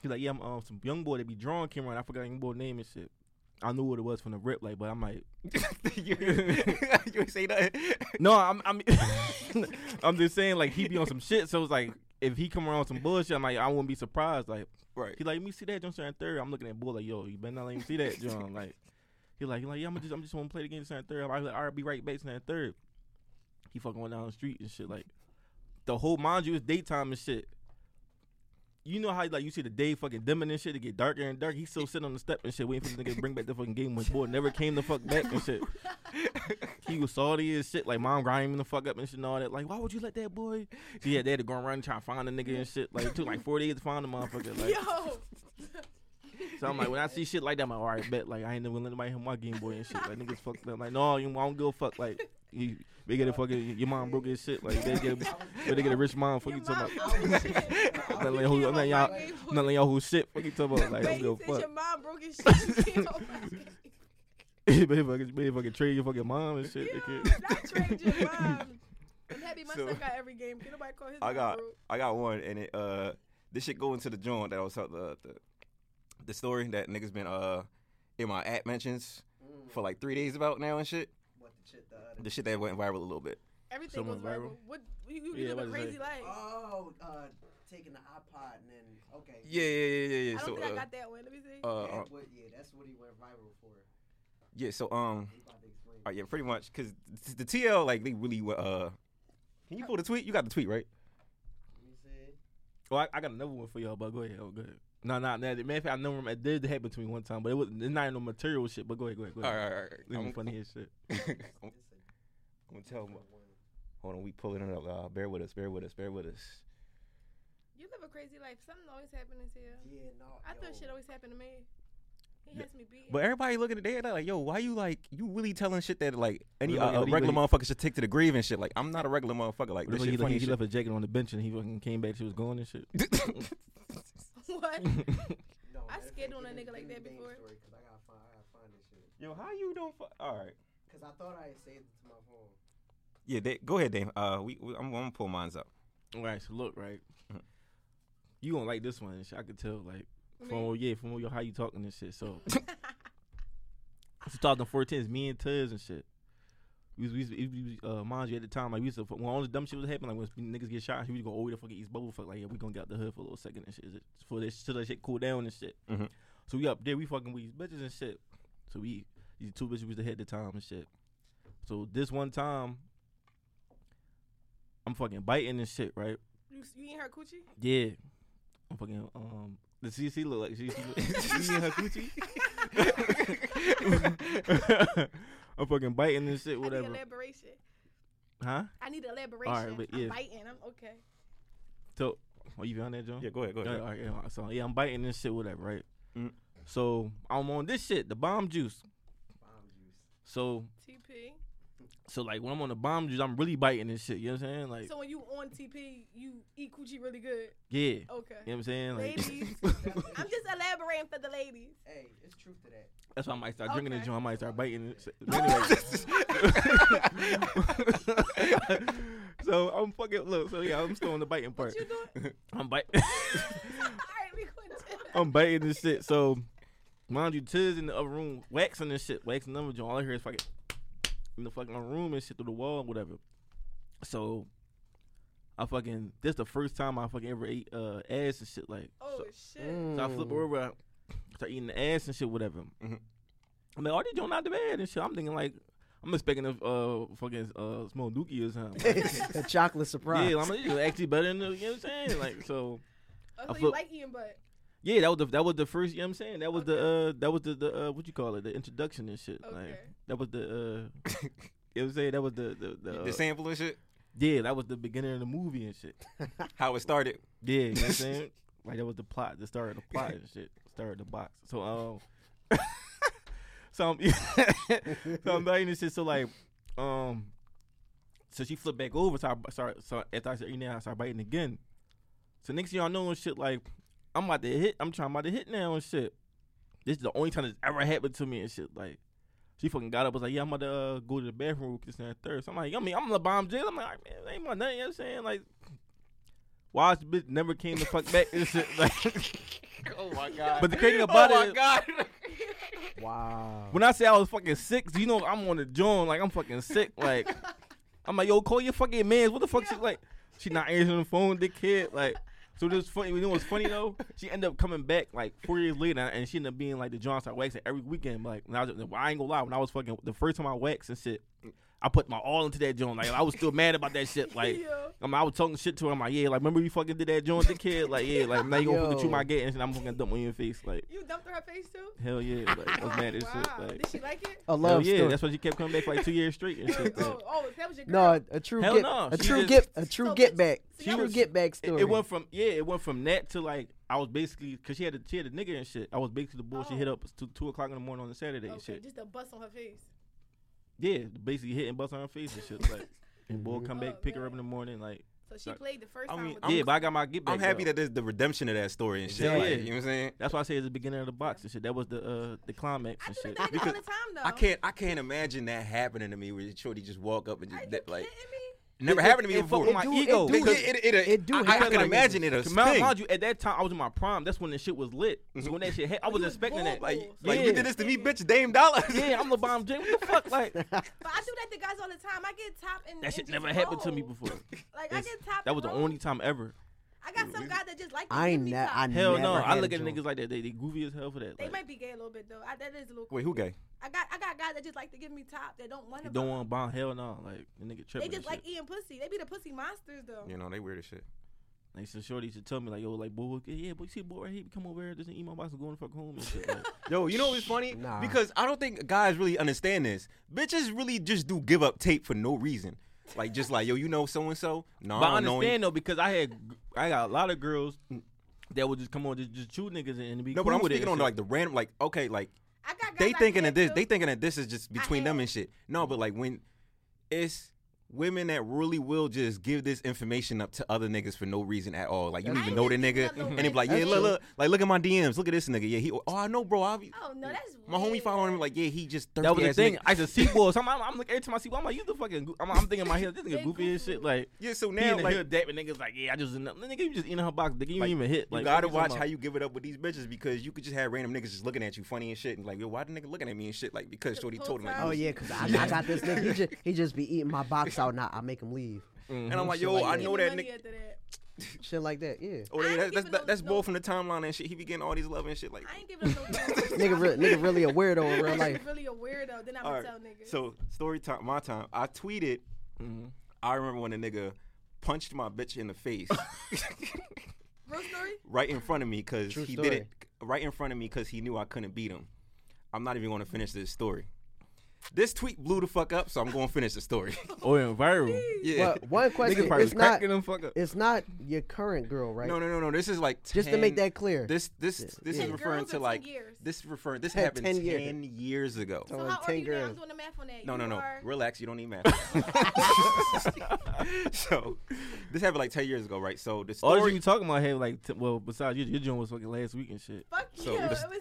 he's like, yeah, I'm um, some young boy that be drawing came around. I forgot young boy name and shit. I knew what it was from the rip, like, but I'm like, you, you ain't say nothing. no, I'm, I'm, I'm just saying, like, he be on some shit. So it's like, if he come around with some bullshit, I'm like, I wouldn't be surprised. Like, Right. He like, let me see that John Sharon third. I'm looking at Bull like, yo, you better not let me see that John. like, he like, he like, yeah, I'm just, I'm just want to play the game Sharon third. I'm like, all right, be right back Sharon third. He fucking went down the street and shit. Like, the whole mind you, it's daytime and shit. You know how like you see the day fucking dimming and shit, it get darker and darker. He still sitting on the step and shit, waiting for the nigga to bring back the fucking game. When boy never came the fuck back and shit. He was salty as shit, like mom grinding him the fuck up and shit and all that. Like, why would you let that boy? So yeah, they had to go around and try to find the nigga and shit. Like, it took like four days to find the motherfucker. Like, Yo. so I'm like, when I see shit like that, I'm like, all right, bet. Like, I ain't never gonna let nobody have my Game Boy and shit. Like, niggas fucked up. Like, no, you, I don't give a fuck. Like, you, they get a fucking, your mom broke his shit. Like, they get a, they get a rich mom. Fuck Your you talking mom about. broke his shit. I'm not You letting y'all, I'm not can't roll y'all, my game I'm not letting y'all who shit. Fuck you talking about. Like, I But don't he give a said fuck. your mom broke his shit. You can't roll my game. you better fucking, better fucking trade your fucking mom and shit. Yo, nigga. not trade your mom. I'm happy my So- son got every game. Can nobody call his I mom got broke. I got one, and it uh, this shit go into the joint that I was talking uh, the, the the story that niggas been uh in my app mentions Mm, for like three days about now and shit. What the shit the other The shit that went viral a little bit. Everything was Someone viral. viral? What you, you Yeah, what live a is crazy it? life. Oh, uh, taking the iPod and then okay. Yeah, yeah, yeah, yeah. I yeah. don't So think I uh, got that one. Let me see. uh, uh, That what, yeah, that's what he went viral for. yeah. So um, He about to explain. all right, yeah, pretty much because the TL like they really were, uh. Can you pull the tweet? You got the tweet right? Let me see. Oh, I, I got another one for y'all, but go ahead. Oh, go ahead. No, no, no. Matter of fact, I know it did happen to me one time, but it was it's not no material shit. But go ahead, go ahead, go All ahead. right, all right, all I'm right. funny as shit. I'm, I'm Oh, It's a gonna tell them. different one. Hold on, we pulling it up. Uh, bear with us. Bear with us. Bear with us. you live a crazy life. Something always happening to you. Yeah, no. I thought yo, shit always happened to me. He Yeah. has me beat. But everybody looking at that like, yo, why you like you really telling shit that like any Look, uh, look, uh, look, regular look. motherfucker should take to the grave and shit. Like I'm not a regular motherfucker. Like What this if he, shit like, funny he shit. left a jacket on the bench and he fucking came back. She was gone and shit. what? No, I matter of skid fact, on a give me- nigga like give me that the main before. story, 'cause I gotta find, I gotta find this shit. yo, how you don't? Fu- All right. Cause I thought I had saved it to my phone. Yeah, they, go ahead, Dame. Uh, we, we I'm, I'm gonna pull mines up. All right, so look, right. You gonna like this one and shit. I could tell, like, from Me? all- yeah, from all your how you talking and shit. So, 2014 is me and Tiz and shit. We was, we used to- we used to, uh, mind you, at the time, like we used to, when all the dumb shit was happening, like when niggas get shot, we used to go over to fucking East Bubble, fuck, like yeah, we gonna get out the hood for a little second and shit, just for this till that shit cool down and shit. Mhm. So we up there, we fucking with these bitches and shit. So we these two bitches was ahead the time and shit. So this one time, I'm fucking biting and shit, right? You, s- you eating her coochie? Yeah, I'm fucking um. The CC look like she, she, look- she in her coochie. I'm fucking biting and shit, I whatever. need elaboration. Huh? I need elaboration. but I'm yeah. biting. I'm okay. So, are you on that, John? Yeah, go ahead, go ahead. All right, yeah, so yeah, I'm biting this shit, whatever, right? Mm. So I'm on this shit, the bomb juice. Bomb juice. So, TP. so like when I'm on the bomb juice, I'm really biting this shit. You know what I'm saying? Like, So when you on TP, you eat coochie really good. yeah. Okay. You know what I'm saying? Ladies. Like, I'm just elaborating for the ladies. Hey, it's truth to that. that's why I might start drinking this Okay. joint. I might start biting it. Anyway. so I'm fucking look. So yeah, I'm still on the biting part. What you doing? I'm biting. All right, we going to. I'm biting this shit. So, mind you, Tiz in the other room waxing this shit, waxing number joint. All I hear is fucking in the fucking room and shit through the wall and whatever. So, I fucking this the first time I fucking ever ate uh, ass and shit like. Oh so, shit. so I flip over, I start eating the ass and shit, whatever. Mhm. I mean, all these joint not the bad and shit. I'm thinking like. I'm expecting a uh, fucking uh, small dookie or something. a chocolate surprise. yeah, I'm like, this is actually better than the, you know what I'm saying? Like, so Oh, mm, I so you flip- like eating butt? yeah, that was the that was the first. You know what I'm saying? That was the uh that was the, the uh what you call it? The introduction and shit. Okay. Like that was the uh you know what I'm saying? That was the the, the, the uh, sample and shit. Yeah, that was the beginning of the movie and shit. How it started. Yeah, you know what I'm saying? Like that was the plot, the start of the plot and shit. Start of the box. So um So I'm so I'm biting this shit. So like um so she flipped back over, so I start so after I said you know I start biting again. So next thing y'all know and shit like I'm about to hit I'm trying about to hit now and shit. This is the only time it's ever happened to me and shit. Like she fucking got up was like, Yeah, I'm about to uh, go to the bathroom real quick, this and that third. So I'm like, I mean, I'm the bomb jail. I'm like, man, ain't my nothing, you know what I'm saying? Like why this bitch never came the fuck back and shit. Like Oh my god. But the crazy about oh it my is- god. wow. When I say I was fucking sick, you know I'm on the joint, like I'm fucking sick. Like I'm like, yo, call your fucking man. What the fuck? She's like, she not answering the phone, dickhead. Like, so this funny. You know what's funny though? She ended up coming back like four years later, and she ended up being like the John Star waxing every weekend. Like, when I, was, I ain't gonna lie, when I was fucking the first time I waxed and shit, I put my all into that joint. Like, I was still mad about that shit. Like. yeah. I'm, I was talking shit to her. I'm like, yeah, like remember you fucking did that joint, dickhead? Like, yeah, like now you gonna fucking Yo. chew my gate and shit, I'm fucking dump on your face. Like, You dumped in her face too? hell yeah, like I was mad as wow. shit. Like, Did she like it? A Hell love yeah, story. that's why she kept coming back for like two years straight and shit. oh, oh, that was your no, girl. a, a true Hell get, no, a she true just- get, a true So get bitch- back, so true y'all was- get back It, story. it went from yeah, it went from that to like I was basically because she had a she had a nigga and shit. I was basically the bull she hit Oh. up to two o'clock in the morning on a Saturday and Okay, shit. just a bust on her face. Yeah, basically hitting bust on her face and shit. Like, and boy come back, Oh, pick her up man. in the morning. Like, So she Like- played the first I time. mean, with I'm- you. yeah, but I got my get back. I'm happy though. that there's the redemption of that story and shit. Yeah. like, Yeah. You know what I'm saying? That's why I say it's the beginning of the box and shit. That was the uh the climax I and do shit. that all the Because time though. I can't I can't imagine that happening to me where Shorty just walk up and Are just you that, like kidding me? never It- happened to it me before. fucked with my do- it ego. do Because because- it, it, it, It do I, I happen can like imagine it. A Mind- sting. Mind you, at that time I was in my prime. That's when the shit was lit. So Mm-hmm. when that shit, hit, I was you was expecting that. bold. like, Yeah. like you did this to me, bitch, Dame Dollar. Yeah, I'm LeBron James. What the fuck? Like But I do that to guys all the time. I get top and that shit and never just happened to me roll. before. Like I That's- get top. That and was the roll. only time ever. I got some guys that just like. to I give ain't me ne- top. I never Hell no. I had look a at joint. niggas like that. They, they goofy as hell for that. They Like, might be gay a little bit though. I, that is a little. Wait, who gay? I got I got guys that just like to give me top. That don't want they to. don't want to bond. Hell no. Like the nigga They tripping. just like like. eating pussy. They be the pussy monsters though. You know they weird as shit. Like so, shorty used to tell me like, yo, like boy, what- yeah, boy, you see, boy, right here, come over here, just eat my box and go and fuck home and shit. Like, Yo, you know what's funny? Nah. Because I don't think guys really understand this. Bitches really just do give up tape for no reason. Like just like yo, you know so and so. No, but I I don't know. him. Mm. understand though because I had, I got a lot of girls that would just come on just just chew niggas and be No, cool but I'm with it speaking and on shit. like the random. Like okay, like I got guys. they I thinking can't that this. do. They thinking that this is just between them am. and shit. No, but like when it's women that really will just give this information up to other niggas for no reason at all. Like you don't I even know the ain't nigga, thinking of the and they be like, women. yeah, That's look, true. look, like look at my DMs, look at this nigga. Yeah, he. Oh, I know, bro. I be, Oh no, that's my homie weird. following him. Like, yeah, he just thirsty. That was the ass thing. nigga. I just see boys. I'm, I'm, I'm looking every time I see. one, I'm like, you the fucking. Go-. I'm, I'm thinking in my head, this nigga Big goofy as goofy. shit. Like Yeah, so now, now in the like hood, that but niggas like, yeah, I just nigga, you just eating her box. Nigga, you Like, ain't even hit. You Like, gotta what you talking watch about? how you give it up with these bitches because you could just have random niggas just looking at you funny and shit and like, yo, why the nigga looking at me and shit? Like because The Shorty whole told him like, time. Oh this- yeah, cause I, I got this nigga. He just he just be eating my box out, and I, I make him leave. Oh, and I'm like, Mm-hmm. yo, like I that. know that nigga. Shit like that, yeah. Oh, I yeah, ain't that's that's, giving that, no- that's no- both from the timeline and shit. He be getting all these love and shit like. I ain't giving him no Nigga, re- nigga really a weirdo in real life. really a weirdo. Then I'm All gonna right, tell niggas. So story time, my time. I tweeted. Mm-hmm. I remember when a nigga punched my bitch in the face Real story? right in front of me because True he story. did it right in front of me because he knew I couldn't beat him. I'm not even going to finish this story. This tweet blew the fuck up, so I'm going to finish the story. Oh, yeah, viral. yeah. But one Niggas question: probably was It's not cracking them fuck up. it's not your current girl, right? No, no, no, no. This is like 10, Just to make that clear. This this this Yeah. is Girls referring are to 10 like years. this is referring this Yeah, happened 10 10 years. years, ago. So Oh, how old are you now? I'm Tanger. doing the math on that. No, You no, no. are- Relax. You don't need math. so, this happened like ten years ago, right? So the All you story. be talking about had like, t- well, besides your your joint was fucking last week and shit. Fuck So, you. It was, just-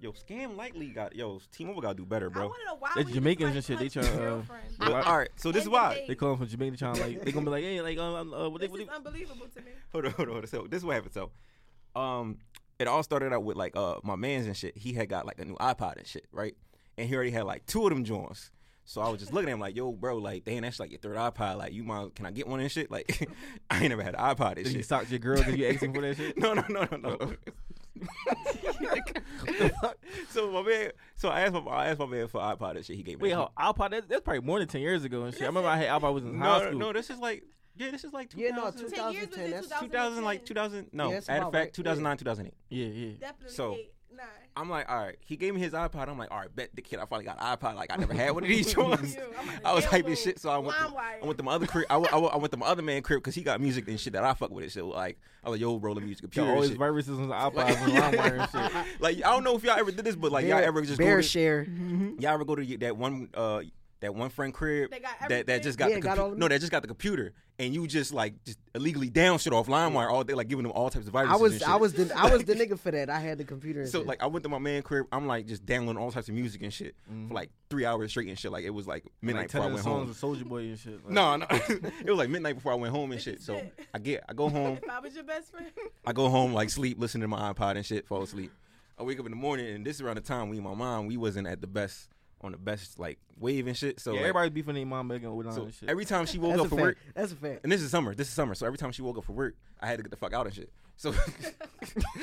yo, scam lightly got yo. T-Mobile gotta do better, I bro. want to know why. That's we Jamaicans just, and like, shit, they punch try, uh, girlfriends. But, all right. So this is why. End They call them from Jamaica, trying like they gonna be like, hey, like, um, uh, what they, This what is they, unbelievable to me. Hold on, hold on. hold on. So this is what happened. So, um, it all started out with like uh my man's and shit. He had got like a new iPod and shit, right? And he already had like two of them joints. So I was just looking at him like, yo, bro, like, damn, that's like your third iPod. Like, you mind? Can I get one and shit? Like, I ain't never had an iPod and did you shit. sock your girl? Did you asking for that shit? No, Oh. no, no, no, no. so my man, so I asked my I asked my man for iPod and shit. He gave me. Wait, that. hold, Alpod, that, that's probably more than ten years ago and shit. I remember I had Alpod was in no, high no, school. no. This is like, yeah, this is like 2000, Yeah, no, 10 years 2010. was in That's 2000, like 2000. 2010. No, Yeah, that's matter about of right, fact, yeah. 2009, 2008. Yeah, yeah. Definitely So- eight, nine. I'm like, all right. He gave me his iPod. I'm like, all right, bet the kid I finally got an iPod. Like I never had one of these joints. Ew, I'm like, I was damn, hyping little shit, so I went. To, LimeWire. I went to my other crib. I, went- I, went- I went to my other man crib because he got music and shit that I fuck with it. So like, I was like, yo, rolling music Yo, computer. and all these shit. viruses on the iPods and LimeWire and shit. Like I don't know if y'all ever did this, but like y'all ever just bear go to, share. y'all ever go to that one uh that one friend crib They got that that everything? just got Yeah, the got compu- all of no them. that just got the computer and you just like just illegally down shit off LimeWire all day like giving them all types of viruses. I was and I shit. was the, I was the nigga for that. I had the computer. And So shit. like I went to my man crib. I'm like just downloading all types of music and shit for like three hours straight and shit. Like it was like midnight Like before I telling went songs home. with Soldier Boy and shit. Like, No, no, it was like midnight before I went home and Nigga shit. So said- I get I go home. If I was your best friend, I go home like sleep, listen to my iPod and shit, fall asleep. I wake up in the morning and this is around the time we and my mom we wasn't at the best on the best like wave and shit. So yeah, like, everybody beefing their mom back and so and shit. every time she woke that's up a for fact. work, That's a fact. and this is summer. This is summer. So every time she woke up for work, I had to get the fuck out and shit. So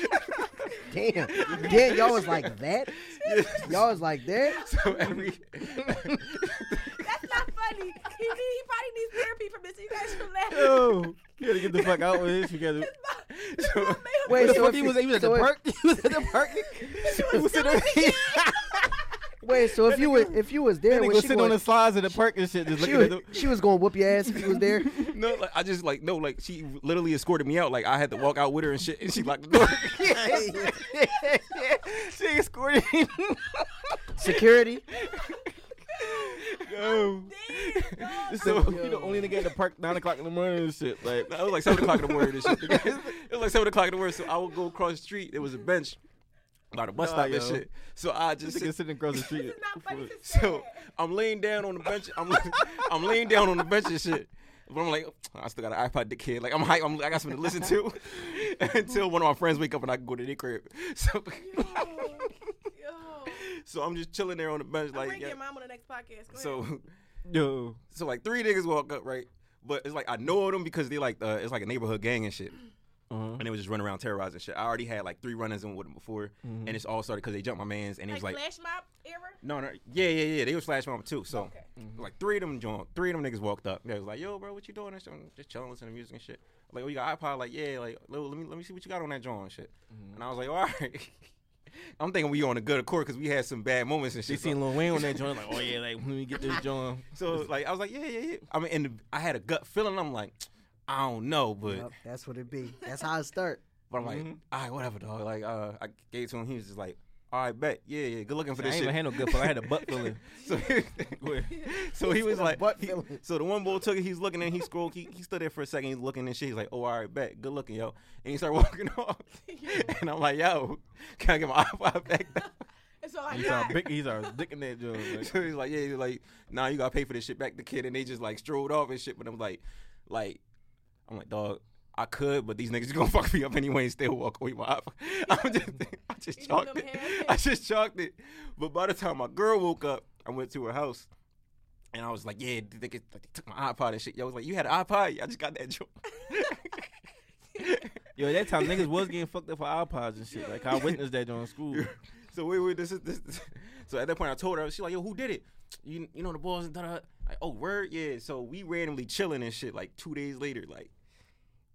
Damn. Damn, y'all was like that. Y'all was like that. so every that's not funny. He, need, he probably needs therapy for this. You guys should laugh. Yo, you gotta get the fuck out with this. You gotta. so, Wait, the so fuck if he you- was? He was at so the if- park. He was at the park. He was sitting there- Wait, so if you was if you was there They when go she sit on the was, slides of the park and shit, just she looking was, at the. she was going to whoop your ass if you was there. no, like, I just like no, like she literally escorted me out. Like I had to walk out with her and shit, and she locked the door. she escorted him. Security. Yo. This So- is- you the only nigga at the park nine o'clock in the morning and shit. Like, It was like seven o'clock in the morning. And shit. it was like seven o'clock in the morning. So I would go across the street. There was a bench by the bus Nah, stop and yo. shit. So I just this nigga sit- sitting across the street. This is not funny to say. so I'm laying down on the bench. I'm I'm laying down on the bench and shit. But I'm like, I still got an iPod dickhead. Like I'm hype. I'm, I got something to listen to until one of my friends wake up and I can go to their crib. So Yo, so I'm just chilling there on the bench like, like bring yeah. your mom on the next podcast. Go ahead. So Yo, so like three niggas walk up right. But it's like I know of them because they like uh, it's like a neighborhood gang and shit. uh-huh. and they was just running around terrorizing shit. I already had like three runners in with them before, Mm-hmm. and it's all started because they jumped my man's, and it was like like, flash mob era. no, no, yeah, yeah, yeah, they was slash mom too. So Mm-hmm. like three of them joined, three of them niggas walked up. They was like, yo, bro, what you doing? And shit, I'm just chilling, listening to music and shit. I'm like, oh, you got iPod? Like, yeah, like let let me let me see what you got on that joint and shit. Mm-hmm. And I was like, all right. I'm thinking we on a good accord because we had some bad moments and They shit. seen Lil Wayne on that joint. Like, oh yeah, like when we get this joint. so, like, I was like, yeah, yeah, yeah. I mean, and I had a gut feeling. I'm like, I don't know, but Yup, that's what it be. That's how it start. But I'm like, Mhm. all right, whatever, dog. Like, uh, I gave it to him. He was just like, All right, bet. Yeah, yeah. Good looking for I ain't this shit. even had no good feeling. I had a butt feeling. so, Go ahead. so he was Said a like, butt he- feeling. so the one bull took it. He's looking and he scrolled. He, he stood there for a second. He's looking and shit. He's like, oh, all right, bet. Good looking, yo. And he started walking off. and I'm like, yo, can I get my iPod back? now? It's all I He's our got. big. He's our dick in that joint. Like, so he's like, yeah, he's like, nah, you gotta pay for this shit back the kid. And they just like strolled off and shit. But I'm like, like, I'm like, dog. I could, but these niggas gonna fuck me up anyway and still walk away. My, iPod." I'm just, I just You doing chalked them it. hands? I just chalked it. But by the time my girl woke up, I went to her house, and I was like, "Yeah, they, they, they took my iPod and shit." Yo, I was like, "You had an iPod? I just got that joint." yo, that time niggas was getting fucked up for iPods and shit. Like I witnessed that during school. so we were this is this. So at that point, I told her, she's like, "Yo, who did it? You you know the boys and da da." Like, oh word, yeah. So we randomly chilling and shit. Like two days later, like.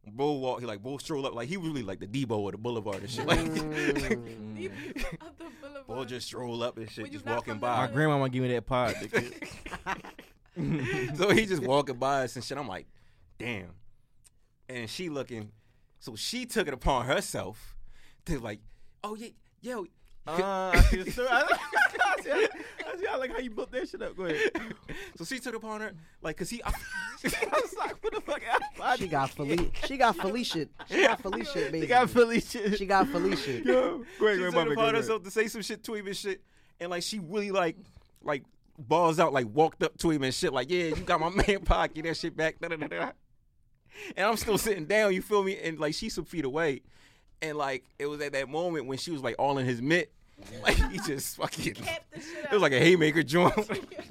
Bull walk, he like bull stroll up, like he was really like the Debo or the Boulevard and shit. Like, Deep up the boulevard. bull Mm. just stroll up and Were shit, you just not walking from by. My the- grandmama gave me that pod. nigga. so he just walking by us and shit. I'm like, damn. And she looking, so she took it upon herself to like, oh yeah, yo, Ah, I see the story. I I see- I see- I like how you built that shit up. Go ahead. so she took it upon her, like, cause he, I, I was like, what the fuck? iPod? She got Felicia. She got Felicia. She got Felicia. She got Basically. Felicia. She got Felicia. Yo, go ahead, she grandmama, took it go upon ahead. herself to say some shit to him and shit, and like she really like, like balls out, like walked up to him and shit, like, yeah, you got my man pocket that shit back, da da da da. And I'm still sitting down, you feel me? And like she's some feet away, and like it was at that moment when she was like all in his mitt, like he just fucking. Kept the shit up. It was like a haymaker joint.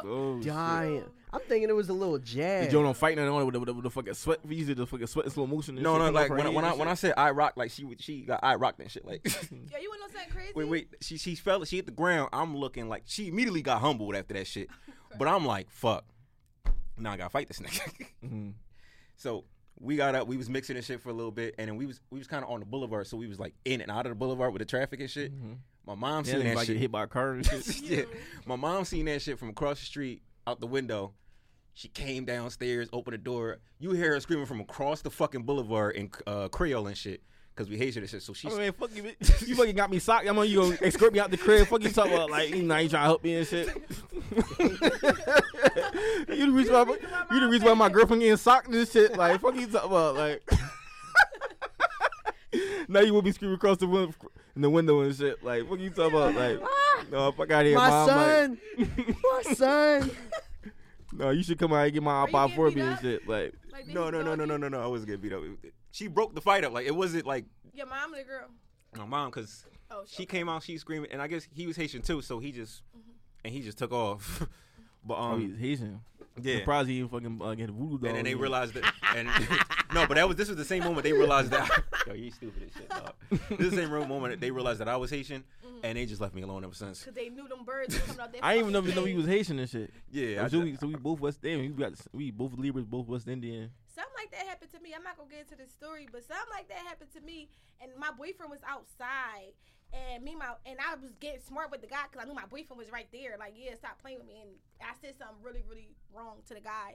Oh, shit. Dying. I'm thinking it was a little The jazz. joint on fighting on with the, with, the, with the fucking sweat. We used to do the fucking sweat in slow motion. And no, shit, no, come like up her when I, hand when I and when I shit. said I rock, like she would- she got I rocked and shit. Like, Yo, you want to know something crazy? wait, wait, she she fell, she hit the ground. I'm looking like she immediately got humbled after that shit, but I'm like, fuck, now I gotta fight this nigga. Mhm. So we got up, we was mixing and shit for a little bit, and then we was we was kind of on the boulevard, so we was like in and out of the boulevard with the traffic and shit. My mom Mm-hmm. yeah, seen niggas that about to shit. get hit by a car and shit. yeah. My mom seen that shit from across the street out the window. She came downstairs, opened the door. You hear her screaming from across the fucking boulevard in uh, Creole and shit because we Haitian and shit. So she, Oh, man, fuck you, bitch. You fucking got me socked. I'm on you gonna escort me out the crib. Fuck you talking about like you know you trying to help me and shit. you the reason why my, you the reason why my girlfriend getting socked and shit. Like fuck you talking about like. now you will be screaming across the window, in the window and shit. Like fuck you talking about like. No, fuck out here, My mom. Like, son. My son. no, you should come out here and get my Are you iPod getting for beat me and up? shit. Like Like, they no, just no, no, dog no, you? no, no, no. I was getting beat up. She broke the fight up. Like it wasn't like Your mom or the girl? my mom because Oh, she shit. came out, she screaming, and I guess he was Haitian too, so he just and he just took off. but oh, um, he's Haitian. yeah. Surprised he didn't fucking uh, get a voodoo dog. and then they in. realized that. And no, but that was this was the same moment they realized that. yo, you stupid as shit. Dog. This is the same real moment that they realized that I was Haitian, and they just left me alone ever since. Because they knew them birds were coming out there. I didn't even know, know he was Haitian and shit. Yeah, I, so, we, so we both West Indian. We got we both Libras, both West Indian. Something like that happened to me. I'm not gonna get into the story, but something like that happened to me. And my boyfriend was outside, and me and my and I was getting smart with the guy because I knew my boyfriend was right there. Like, yeah, stop playing with me. And I said something really, really wrong to the guy,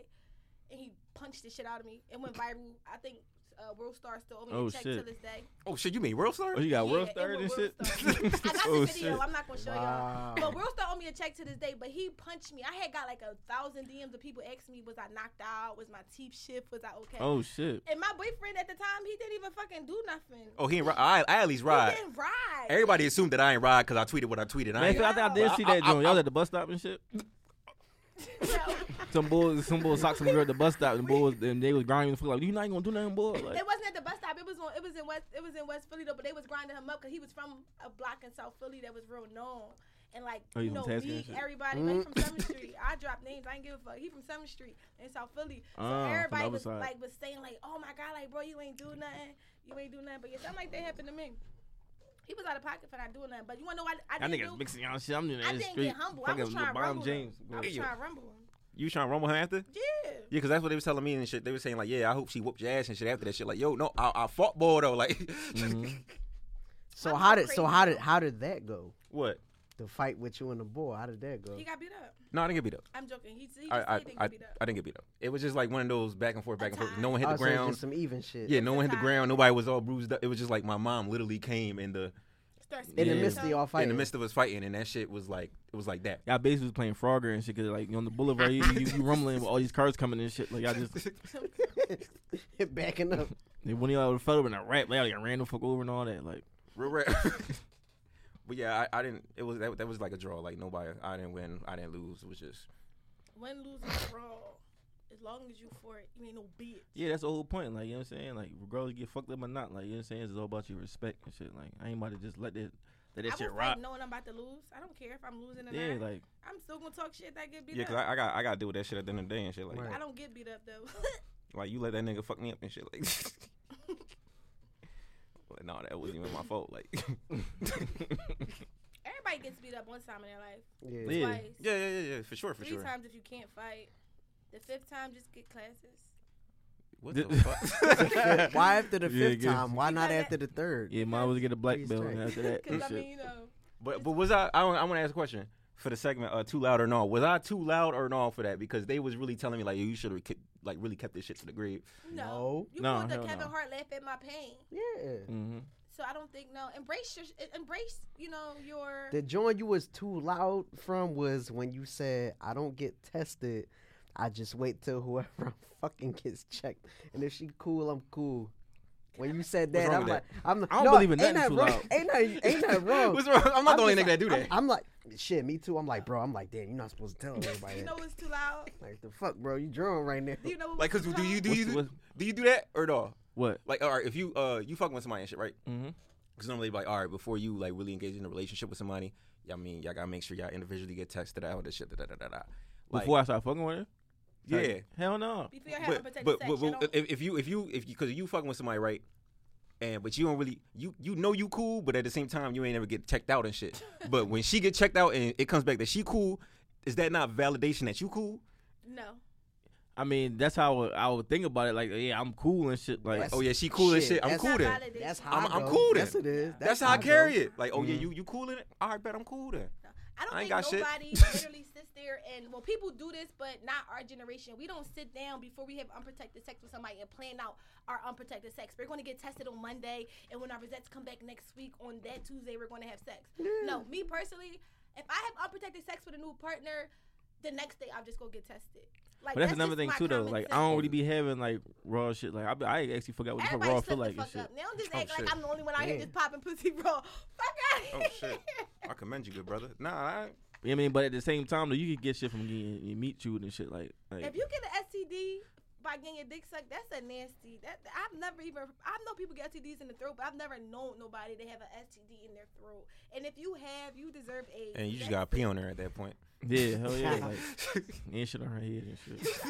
and he punched the shit out of me. It went viral. I think uh, World Star still owe me Oh, a check shit. to this day. oh shit, you mean World Star? Oh, you got world it started and was shit. World Star. I got Oh, the video. shit. I'm not gonna show y'all. Ah. Wow. But Real Star owe me a check to this day, but he punched me. I had got like a thousand DMs of people asking me, was I knocked out? Was my teeth shift? Was I okay? Oh shit! And my boyfriend at the time, he didn't even fucking do nothing. Oh, he ain't. ri- I, I at least ride. He didn't ride. Everybody assumed that I ain't ride because I tweeted what I tweeted. I Man, ain't, I think I did Wow. see that joint. Y'all at the bus stop and shit. So, Some boys, some boys socked some girl at the bus stop, and boys, and they was grinding the fuck like, "You not gonna do nothing, boy." Like, it wasn't at the bus stop. It was on. It was in West. It was in West Philly though. But they was grinding him up because he was from a block in South Philly that was real known. And like Oh, he you know, was from Tascan and me, shit? everybody like, from Seventh Mm-hmm. Street. I dropped names. I ain't give a fuck. He from Seventh Street in South Philly. So Ah, from the everybody other was side. like was saying like, "Oh my god, like bro, you ain't do nothing. You ain't do nothing." But yeah, something like that happened to me. He was out of pocket for not doing nothing. But you wanna know what I, that didn't nigga's do? mixing y'all shit. I'm doing that I in the didn't street. get humble. I Fucking was trying to LeBron rumble James. him. I was Yeah. trying to rumble him. you trying to rumble him after? Yeah. Yeah, because that's what they was telling me and shit. They were saying like, yeah, I hope she whooped your ass and shit after that shit. Like, yo, no, I, I fought ball though. Like, So I'm how so did so crazy. how did how did that go? what? The fight with you and the boy. How did that go? He got beat up. No, I didn't get beat up. I'm joking. He, he, I, I, he didn't I, get beat up. I didn't get beat up. It was just like one of those back and forth, back and forth. Attack. No one hit Oh, the so it's just ground. some even shit. Yeah, no one hit the Attack. ground. Nobody was all bruised up. It was just like my mom literally came and the Start in speaking the to midst each of y'all other. fighting. in the midst of us fighting, and that shit was like it was like that. Y'all basically was playing Frogger and shit, cause like on the boulevard, you, you, you rumbling with all these cars coming and shit. Like I just, backing up. they one of y'all would fell over in a rap, like I ran the fuck over and all that. Like Real rap. but yeah, I, I didn't. It was that, that was like a draw. Like nobody, I didn't win, I didn't lose. It was just Win, lose, or draw. As long as you for it, you ain't no bitch. yeah, that's the whole point. Like you know what I'm saying. Like regardless, you get fucked up or not. Like you know what I'm saying. It's all about your respect and shit. Like I ain't about to just let that let that I shit will rock. fight knowing I'm about to lose. I don't care if I'm losing or yeah, not. like I'm still gonna talk shit that get beat yeah, up. cause I, I got I got to deal with that shit at the end of the day and shit. Like Right. I don't get beat up though. like you let that nigga fuck me up and shit. Like, like no, that wasn't even my fault. Like Everybody gets beat up one time in their life. Yeah. Yeah. Twice. yeah, yeah, yeah, yeah, for sure, for Three sure. times if you can't fight. The fifth time, just get classes. What Th- the fuck? why after the Yeah, fifth good. time? Why not Because after the third? yeah, mine was get a black Please belt try. and after that. Because I shit. mean, you know, But but was I? I, want to ask a question for the segment. Uh, too loud or no? Was I too loud or no for that? Because they was really telling me like you should have kept, like really kept this shit to the grave. no. No. You No, pulled the hell Kevin no. Hart laugh at my pain. Yeah. hmm So I don't think no. Embrace your, e, embrace. You know your. The joint you was too loud from was when you said, "I don't get tested. I just wait till whoever I'm fucking gets checked, and if she cool, I'm cool." When you said What's that, wrong I'm with like, I'm I don't no, believe in ain't that nothing too wrong? loud. Ain't that ain't that wrong? What's wrong? I'm not the only just nigga that do like- that. I'm, I'm like, shit, me too. I'm like, bro, I'm like, damn, you're not supposed to tell everybody. you that. know what's too loud. Like the fuck, bro, you drawing right now. You know what like, was cause too do you loud? do What's you the- do, what's- do you do that or no? What? Like all right, if you uh you fucking with somebody and shit, right? Mm-hmm. Because normally like all right, before you like really engage in a relationship with somebody, yeah, I mean y'all gotta make sure y'all individually get texted out this shit. Da da da da. da. Like, Before I start fucking with her. yeah. Like, hell no. Before you have but, unprotected but, sex, but, you but don't- if, if you if you if you because you fucking with somebody right and but you don't really you you know you cool but at the same time you ain't ever get checked out and shit but when she get checked out and it comes back that she cool is that not validation that you cool no. I mean, that's how I would, I would think about it. Like, yeah, I'm cool and shit. Like, That's- oh yeah she cool and shit i'm that's- cool then valid. That's validation. how I'm- I I'm go. cool then. Yes, it is. that's how i carry go. it like oh yeah you you cool in it all right bet i'm cool then I don't I ain't think got shit. nobody literally sits there and well, people do this, but not our generation. We don't sit down before we have unprotected sex with somebody and plan out our unprotected sex. We're going to get tested on Monday, and when our results come back next week on that Tuesday, we're going to have sex. No, me personally, if I have unprotected sex with a new partner, the next day I'm just going to get tested. Like, But that's, just another thing my too, though. common Like sense. I don't really be having like raw shit. Like I, be, I actually forgot what the fuck Everybody raw shut the feel like and fuck shit. up. They don't just Oh, act like shit. I'm the only one out here Yeah. just popping pussy raw. Fuck out oh shit i commend you good brother nah I, You know what I mean, but at the same time, though, you could get shit from getting you meat chewed and shit. Like, like If you get an STD by getting your dick sucked, that's a nasty. That I've never even I know people get STDs in the throat, but I've never known nobody to have an STD in their throat. And if you have, you deserve AIDS. and you just That's gotta pee on her at that point yeah, hell yeah, like and shit on her head and shit.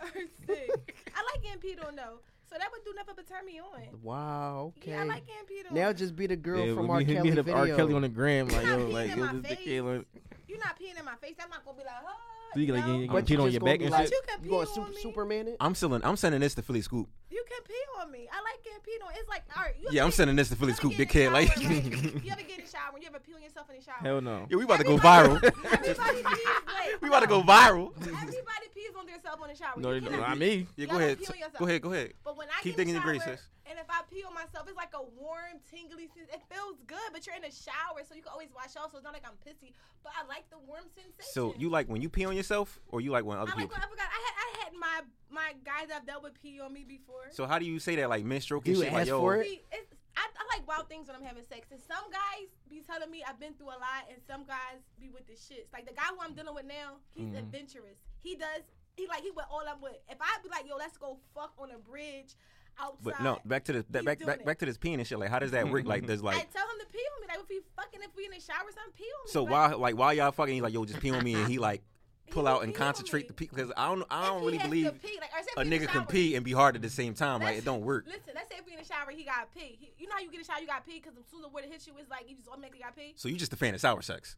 or sick. I like getting peed on though, so that would do nothing but turn me on. Wow. Okay. Yeah, I like getting peed on. now just be the girl yeah, from we R. hit- we Kelly hit up video. R. Kelly on the gram, like You're not yo, peeing like in yo, my this dick face. here, like, you're not peeing in my face. I'm not gonna be like, huh? So you like, yeah, yeah, you, know? yeah. But you Peed on just your gonna back be and like, shit? You can You going pee super, on me. Superman it? i'm selling i'm sending this to philly scoop you can pee on me. I like getting peed on. It's like, all right, you yeah i'm ever sending this to get- philly you ever scoop get dickhead in the like shower, right? you ever get in the shower? You ever pee on yourself in the shower? hell no. yeah we about to go Everybody- viral Everybody pees. Wait, we about to no. go viral Everybody pees on themselves on the shower. No, You they- cannot- not me. Yeah, Y'all go don't ahead. pee on yourself. Go ahead. Go ahead. But when I Keep get thinking your in the brain, shower, sis. and if I pee on myself, it's like a warm, tingly sense. It feels good, but you're in a shower, so you can always wash off. So it's not like I'm pissy, but I like the warm sensation. So you like when you pee on yourself, or you like when I other like. people? When I forgot. I had. I had my my guys I've dealt with pee on me before. So how do you say that? Like men stroking Do you shit. Like ask yo, for it? See, it's, I, I like wild things when I'm having sex. And some guys be telling me I've been through a lot, and some guys be with the shits. Like the guy who I'm dealing with now, he's Mm-hmm. adventurous. He does. He like he with all I'm with. If I be like, yo, let's go fuck on a bridge outside. but no, back to the that, He's back doing back it. back to this peeing and shit. Like how does that work? Like there's I like tell him to pee on me. Like if we fucking, if we in the shower, or something pee on me. so but why like why y'all fucking? He like yo, just pee on me, and he like he pull will out and pee on concentrate the me. pee because I don't I If don't he really has to believe pee, like, or say if a he in nigga the can shower. pee and be hard at the same time. Like Let's- it don't work. Listen, let's say if we in the shower, he got pee. He, you know how you get in the shower, you got pee because as soon as the water hits you, it's like you just automatically got pee. So you just a fan of sour sex?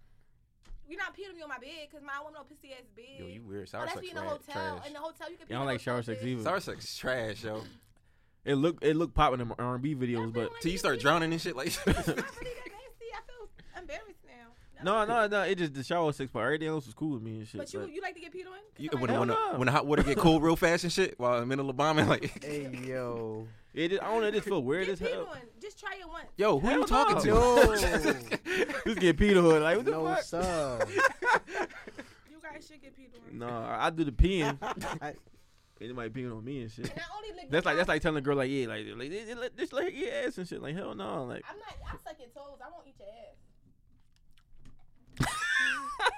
You're not peeing on me on my bed because my woman no pissy ass bed. Yo, you weird. Oh, Sour that's sex when you in the rad, hotel. trash. In the hotel, you can. Yeah, I don't like shower sex either. Sour sex is trash, yo. It look it look popping in my R&B videos, but Till you start drowning and shit. Like I'm not really that nasty. I feel embarrassed now. no, no, no. It just the shower sex part. Everything else was cool with me and shit. But you, like- you like to get peed on? you, Somebody when, when, else- Hell the- no. when the hot water get cold real fast and shit while in the middle of bombing, like Hey yo, It is, I don't know. It just feel weird as Get peed hell. on. Just try it once. Yo, who you Hell talking to? no. Just get peed on. Like what the no, fuck? sir. You guys should get peed on. No, I I do the peeing. I- it might peeing on me and shit. And I only lick That's my- like that's like telling a girl like yeah like like they- they let- just like your ass and shit like hell no like I'm not. I suck your toes. I won't eat your ass.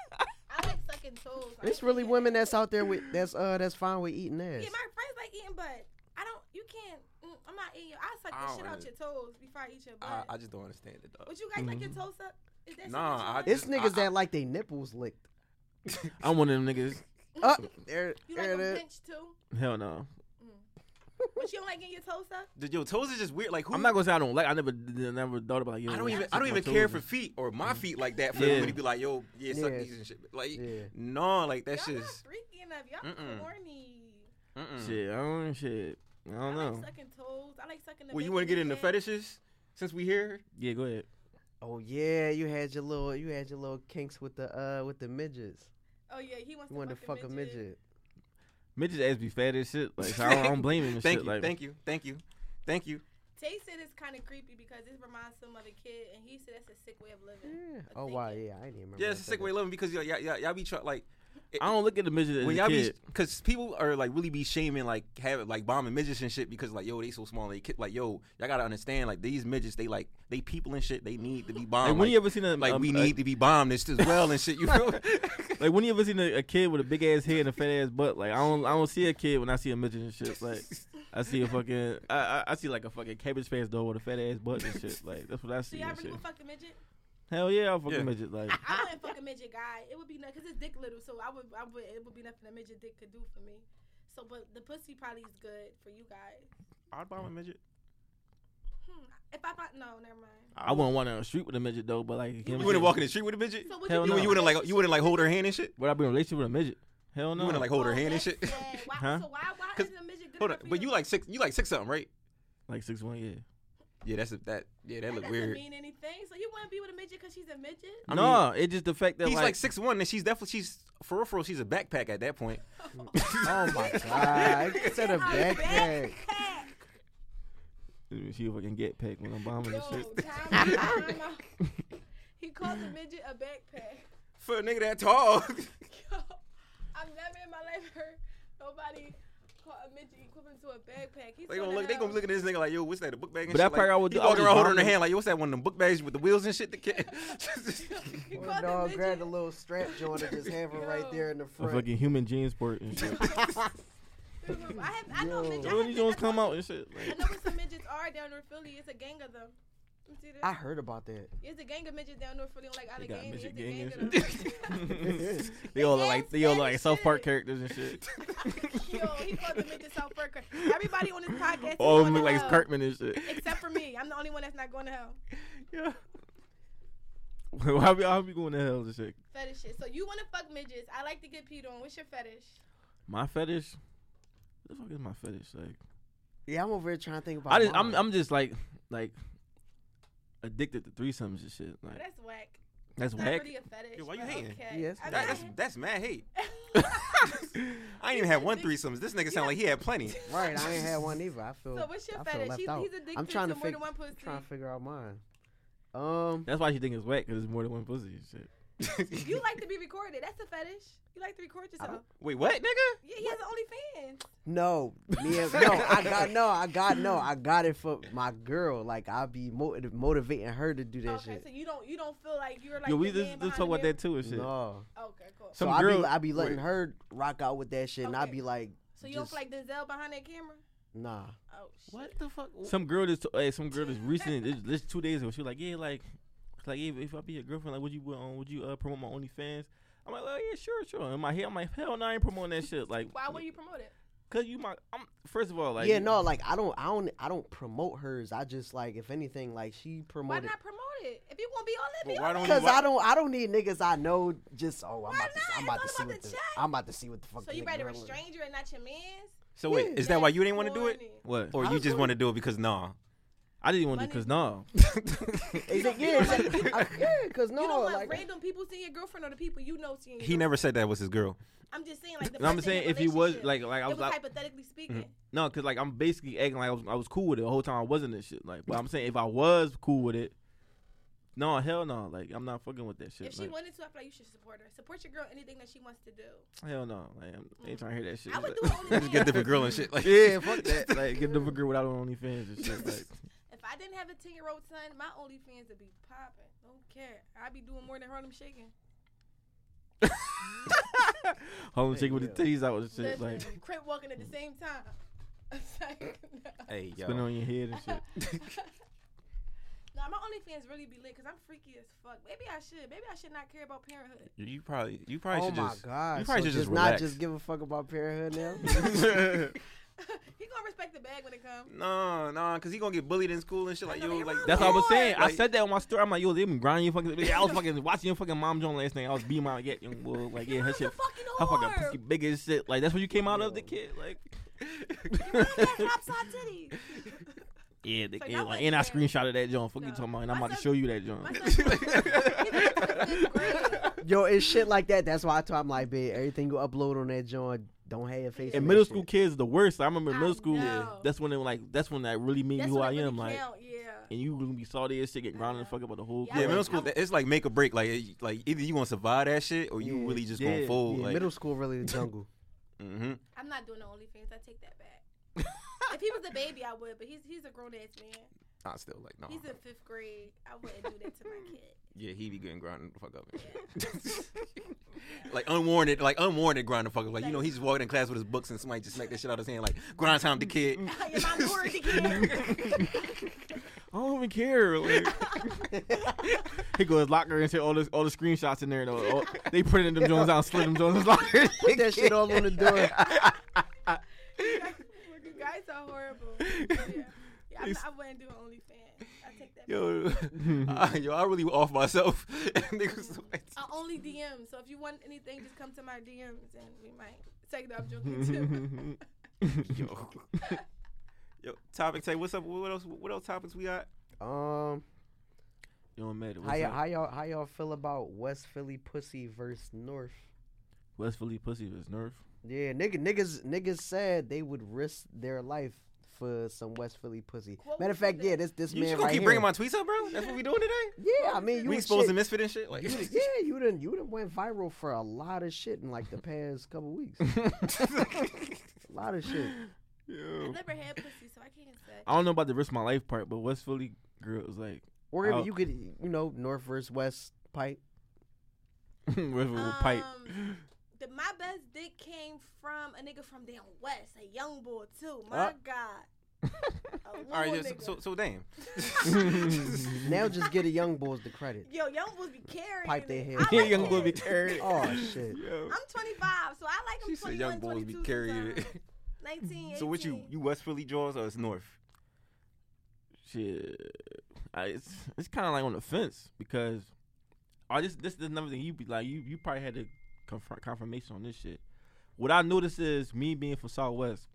I like sucking toes. I It's ain't really eating women ass. that's out there with that's uh that's fine with eating ass. Yeah, my friends like eating butt. I don't. You can't. mm, I'm not eating. your- I suck I the don't shit out your really- toes before I eat your I, butt. I just don't understand it, dog. Would you guys like Mm-hmm. your toes up? Is that shit Nah, that you I like? It's just- niggas I- that like they nipples licked. I'm one of them niggas Up there, you like there it them is. pinched too, hell no but you don't like getting your toes up. Dude, Yo, toes is just weird. Like who? I'm not gonna say I don't like I never d- never thought about like yo, I don't like, even. I don't suck my even care toes for and- feet or my feet like that for Yeah. me to be like, yo, yeah, suck Yeah. these and shit. Like, Yeah. no, like that's Y'all just. not freaky enough. Y'all Mm-mm. corny. mm-mm. shit. I don't shit. I I, don't know. like sucking toes. I like sucking the. Well, you back want of to get your into head. fetishes since we here? Yeah, go ahead. Oh yeah, you had your little you had your little kinks with the uh with the midgets. Oh yeah, he wants You wanted to fuck a midget. Midgets ass be fat as shit. Like so I, don't, I don't blame him. And Thank shit. you, Like, thank you, thank you, thank you. Tay said it's kind of creepy because this reminds him of a kid, and he said that's a sick way of living. Yeah. I Oh think wow, it- yeah, I didn't remember. Yeah, I it's a said sick that. way of living because y'all, y'all, y'all, y'all be try, like I don't look at the midget as when a y'all be kid. because people are like really be shaming like having like bombing midgets and shit because like yo they so small they ki- like yo y'all gotta understand like these midgets they like they people and shit they need to be bombed. Like, like, when you ever seen a like um, we a- need to be bombed as as well and shit. You feel? like when you ever seen a, a kid with a big ass head and a fat ass butt? Like I don't I don't see a kid when I see a midget and shit. Like I see a fucking I I, I see like a fucking cabbage patch doll with a fat ass butt and shit. Like that's what I So see. y'all and really shit. would fuck a midget? Hell yeah, I'll fuck Yeah. a midget. Like I, I wouldn't fuck a midget guy. It would be nothing because it's dick little, so I would, I would, it would be nothing a midget dick could do for me. So, but the pussy probably is good for you guys. I'd bomb a midget. Hmm. If I thought, no, never mind. I wouldn't want to street with a midget though. But like You wouldn't walk in the street with a midget. So would Hell you, You, no. be you wouldn't like you wouldn't like hold her hand and shit. Would I be in a relationship with a midget? Hell no. You wouldn't like hold her hand and Oh, that's shit. sad. Why, Huh? So why, why 'Cause- isn't a midget good Hold on, enough for but you like six. You like six something, right? like six one. Yeah. Yeah, that's a, that. Yeah, that That look doesn't weird. mean anything. So you wouldn't be with a midget because she's a midget. I no, it's just the fact that He's like, like six one, and she's definitely she's for real, for real, She's a backpack at that point. Oh my god, I said a Oh, backpack. backpack. she a fucking get packed when I'm bombing Yo, and shit. time out, time out. He called the midget a backpack. For a nigga that tall. Yo, I've never in my life heard nobody call a midget equivalent to a backpack. He's They gonna look. They gonna be looking at this nigga like, yo, what's that? A book bag? And But shit? that part like, I would he do- I walking would around bomb holding her him. hand like, yo, what's that? One of them book bags with the wheels and shit. The kid. He Well, called dog, the grab midget. the little strap joint and just have her right there in the A front. fucking human jeans sport and shit. I, have, I know Yo. midget. I, When have these been- joints I come know- out and shit. I Like, know what some midgets are down North Philly. It's a gang of them. You see this? I Ah. heard about that. It's a gang of midgets down North Philly. Like out They of got gang. It's a midget gang gang and of them. shit. they all look like they all look like Yes, South Park yes. characters and shit. Yo, he called the midget South Parker. Everybody on this podcast. is All of them going to look like it's hell, Cartman and shit. Except for me. I'm the only one that's not going to hell. yeah. Why be I be going to hell and shit? Fetish shit. So you want to fuck midgets. I like to get peed on. What's your fetish? My fetish. What the fuck is my fetish like? Yeah, I'm over here trying to think about. I just mine. I'm I'm just like like addicted to threesomes and shit. Like That's whack. that's It's not whack. really a fetish. Yo, why you but hating? Okay. Yeah, it's I'm That- not that's that's mad hate. I ain't even He's had one addicted. threesomes. This nigga sound like he had plenty. right. I ain't had one either. I feel. So what's your I feel fetish? left He's, out. he's addicted I'm trying to, to more fig- than one pussy. I'm trying to figure out mine. Um, That's why she think it's whack because it's more than one pussy and shit. You like to be recorded. That's a fetish. You like to record yourself. Wait, what, nigga? Yeah, he has an OnlyFans. no, me and, no, I got no, I got no, I got it for my girl. Like I be motiv- motivating her to do that Oh, okay, shit. so you don't you don't feel like you're like. Yo, we the just, man just behind talk the about that mirror? too and shit. No, Okay, cool. so Some I girl, be I be letting wait. her rock out with that shit, and I Okay. be like, So you don't just- feel like Denzel behind that camera? nah. Oh shit. the fuck? Some girl just, hey, some girl just recently, this, this two days ago, she was like, yeah, like, like if, if I be your girlfriend, like, would you um, would you uh, promote my OnlyFans? I'm like, oh yeah, sure, sure. In my head, I'm like, hell no, I ain't promoting that shit. Like, Why would you promote it? Cause you my, I'm first of all, like, yeah, no, like I don't, I don't, I don't promote hers. I just like, if anything, like she Why promoted. not promote it? If you gonna be on that, be Well, why on don't it. Cause Why- I don't, I don't need niggas I know. Just oh, I'm Why about to, see- not? I'm about to It's see what all about the, the check. I'm about to see what the fuck. So the you nigga better doing. restrain you and not your man's. So wait, Yeah. is that why you didn't want to do Corny. it, what? or I you was just doing- want to do it because nah? I didn't want to Money- because no. He said, yeah, he said, I- yeah, cause no, you don't want like, random people seeing your girlfriend or the people you know seeing. Your He girlfriend. never said that was his girl. I'm just saying, like, the No, I'm person in saying the if he was relationship. like like I was it Mm-hmm. was like hypothetically speaking. no, cause like I'm basically acting like I was, I was cool with it the whole time I wasn't and shit. Like, but I'm saying if I was cool with it, no, hell no, like I'm not fucking with that shit. If she like, wanted to, I feel like you should support her. Support your girl in anything that she wants to do. hell no, like I'm, I ain't trying to hear that shit. I would Like, do it only Just get a different girl and shit. Like yeah, fuck that. Like get the girl without on OnlyFans and shit. Like, If I didn't have a ten year old son, my OnlyFans would be popping. Don't care. I'd be doing more than Harlem shaking. home chicken with the titties out and shit. Listen, Like crip walking at the same time. It's like, no. Hey, spinning yo. on your head and shit. nah, my OnlyFans really be lit because I'm freaky as fuck. Maybe I should. Maybe I should not care about parenthood. You probably, you probably oh should my just. god, you probably so should just, just not relax. just give a fuck about parenthood now. he gonna respect the bag when it comes. No, no, because he gonna get bullied in school and shit. Like I know, yo, you're like wrong. That's what I was saying. I Like- said that on my story. I'm like, yo, they been grinding your fucking. Yeah, I was fucking watching your fucking mom Jones last night. I was beating my yeah, young boy. Like, yeah, her Mom's a shit. fucking Her fucking whore. pussy big as shit. Like, that's what you came out of, the kid. Like, yeah, the So kid. y'all Like, wasn't and I there. screenshotted that John. Fuck you No. talking about, and I'm My about to son- show you that John. My son- Fifth grade. Yo, it's shit like that. That's why I told him like, babe, everything you upload on that joint, don't have your face. And in And that middle shit. school kids the worst. I remember I middle school. know. That's when it like. That's when that really mean That's who when I it really am. Like, count, yeah. and you gonna be salty as shit, get grounded and Yeah. fuck about the whole. Yeah, kid. yeah, middle like, school. I'm- It's like make or break. Like, it- like either you gonna survive that shit or you Yeah, really just yeah, gonna fold. Yeah, like, middle school really the jungle. hmm I'm not doing the OnlyFans. I take that back. if he was a baby, I would, but he's he's a grown ass man. I still like no. He's in fifth grade. I wouldn't do that to my kid. Yeah, he be getting grounded the fuck up. like unwarranted, like unwarranted grind the fuck up. Like you know, he's just walking in class with his books and somebody just smack that shit out of his hand. Like grind time the kid. Your mom lured the kid. I don't even care. Like, he go to his locker and take all this, all the screenshots in there. And all, all, they printed them Jones out, slid them Jones in his locker. Put that shit all on the door. you guys are horrible. Yeah, yeah I'm not, I wouldn't do OnlyFans. I take that. back. Yo, uh, yo, I really off myself. Niggas like- I only DM. So if you want anything, just come to my DMs and we might take the up joking too. yo, yo, topic take. What's up? What else? What else topics we got? Um, You don't matter. how What's y'all, up? how y'all how y'all feel about West Philly pussy versus North? West Philly pussy was nerf. Yeah, nigga, niggas niggas said they would risk their life for some West Philly pussy. What Matter of would you fact, yeah, say? this this You man just gonna right keep here. bringing my tweets up, bro? That's what we doing today? yeah, I mean, you we the exposed shit- to misfit and shit. Like, You the- yeah, you done you done went viral for a lot of shit in like the past couple weeks. a lot of shit. I've never had pussy, so I can't say. I don't know about the risk of my life part, but West Philly girls like Or Oh. I'll- if you could, you know, North versus West pipe. West Philly pipe. Um, The, my best dick came from a nigga from down west, a young boy too. My Uh. God. A all right, little yeah, nigga. so, so so damn. Now just give the young bulls the credit. Yo, young boys be carrying. Pipe their it. head. I like Yeah, young that. boy be carried. Oh shit. Yo. I'm 25, so I like them. She said young boys be carrying carrying. it. 19, So what you 18. you West Philly draws or it's North? shit. I, it's it's kind of like on the fence because I just this is another thing you be like you you probably had to confront confirmation on this shit. What I noticed is me being from Southwest,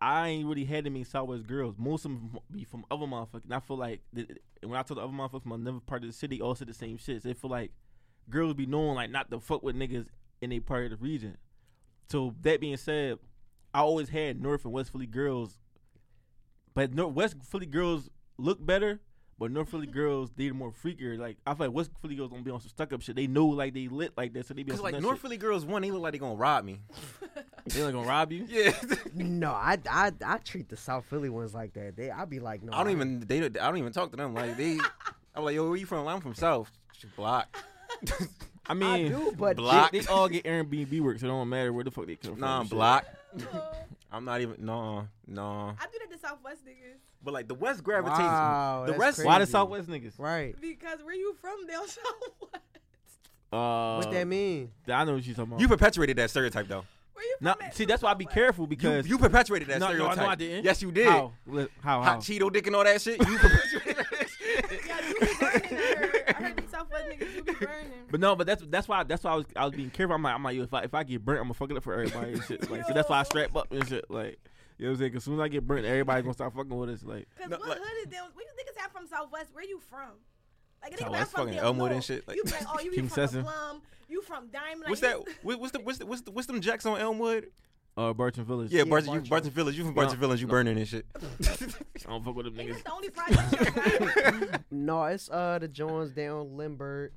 I ain't really had any Southwest girls. Most of them be from other motherfuckers. And I feel like th- and when I told the other motherfuckers from another part of the city, all said the same shit. So they feel like girls be knowing like not to fuck with niggas in a part of the region. So that being said, I always had North and West Philly girls but North West Philly girls look better, but North Philly girls they more freakier. Like I feel like West Philly girls gonna be on some stuck up shit. They know like they lit like that, so they be on Cause some like nut North shit. Philly girls, one they look like they gonna rob me. They like gonna rob you. Yeah, No, I, I I treat the South Philly ones like that. They I be like, no, I don't even they don't- I don't even talk to them. Like they, I'm like yo, where you from? I'm from South. She Block. I I mean, do, but Block. they, they all get Airbnb work, so it don't matter where the fuck they come from. Nah, I'm and shit. block. Oh, I'm not even. No, no. I do that to Southwest niggas But like the West gravitates. Wow, the that's rest. crazy. Why the Southwest niggas? right. because where you from, they'll show what. Uh, What that mean? I know what you're talking about. You perpetuated that stereotype though. Where you from? Nah, at see, that's why I be Southwest? careful You, because you perpetuated that no, no, stereotype. I know I didn't. Yes, you did. How? Li- How? how? Hot Cheeto dick and all that shit. You perpetuated that shit. Yeah, you be burning. I heard, I heard the Southwest niggas, you be burning. But no, but that's that's why that's why I was I was being careful. I'm like I'm like yo, if I if I get burnt, I'm gonna fuck it up for everybody and shit. Like so that's why I strap up and shit. Like You know what I'm saying? 'Cause soon as I get burnt, everybody gonna stop fucking with us. Like, Cause No, what like- hood is them? Where you niggas at from Southwest? Where you from? Like a nigga Southwest, not from fucking damn Elmwood and North. shit, like- you be like, oh, you be King from Sesame. the Plum. You from Diamond. Like, What's that? you- What- What's the what's the what's the, what's them jacks on Elmwood? uh, Barton Village. Yeah, Yeah, Barton, you Barton. Barton Village. You from Barton No, Village? You no. burning and shit. I don't fuck with them Ain't niggas. this the only project you No, it's uh the Jones down Lindbergh.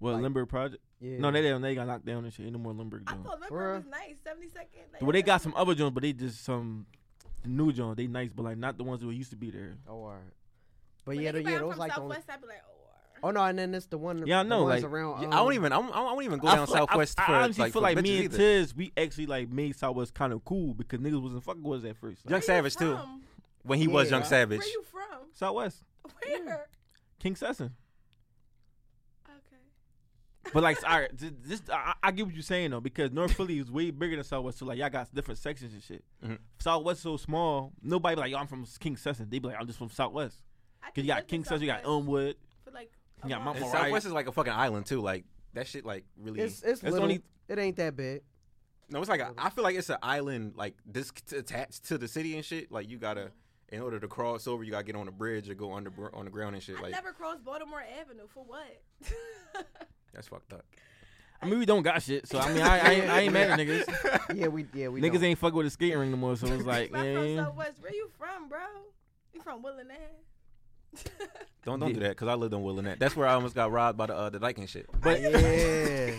What Like- Limburg project? Yeah. No, they they they got knocked down and shit. Ain't no more Limburg. I joint. thought Bruh. Limburg was nice. 72nd. Like, Well, they got some other joints, but they just some new joint. They nice, but like not the ones who used to be there. Oh, all right. But yeah, the, niggas yeah, around those from like the only. Southwest. I'd be like, oh. Oh no, and then it's the one. Yeah, I the know, ones like, around, Yeah, I don't um, even. I'm, I don't even go I down feel like- I- Southwest I, for honestly like for feel like bitches me and either. Tiz, we actually like made Southwest kind of cool because niggas wasn't fucking with us at first. Like, Young Where you Savage too. from? When he was Yeah. Young Savage, Where you from? Southwest, Where? King Sesson. Okay. But like, all right, th- this I, I get what you're saying though because North Philly is way bigger than Southwest, so like y'all got different sections and shit. Mhm. Southwest so small, nobody be like, yo, I'm from King Sesson. They be like, I'm just from Southwest I because just you got lived in King Sesson, you got Southwest Elmwood. for like you got Mount a month. and Moriah. Southwest is like a fucking island too. Like that shit. Like really. It's it's, That's little. only- it ain't that big. no, it's like a, I feel like it's an island like this t- attached to the city and shit. Like you gotta Mm-hmm. in order to cross over, you gotta get on a bridge or go under on the ground and shit. I Like never crossed Baltimore Avenue for what? that's fucked up. I mean, we don't got shit, so I mean, I, I, ain't, I ain't mad at niggas. Yeah, we yeah we niggas don't. ain't fucking with the skating ring no more, so it's like, I'm from yeah. Southwest. Where you from, bro? You from Willing Don't don't do that because I lived in Willamette. That's where I almost got robbed by the uh, the dyke and shit. But Yeah.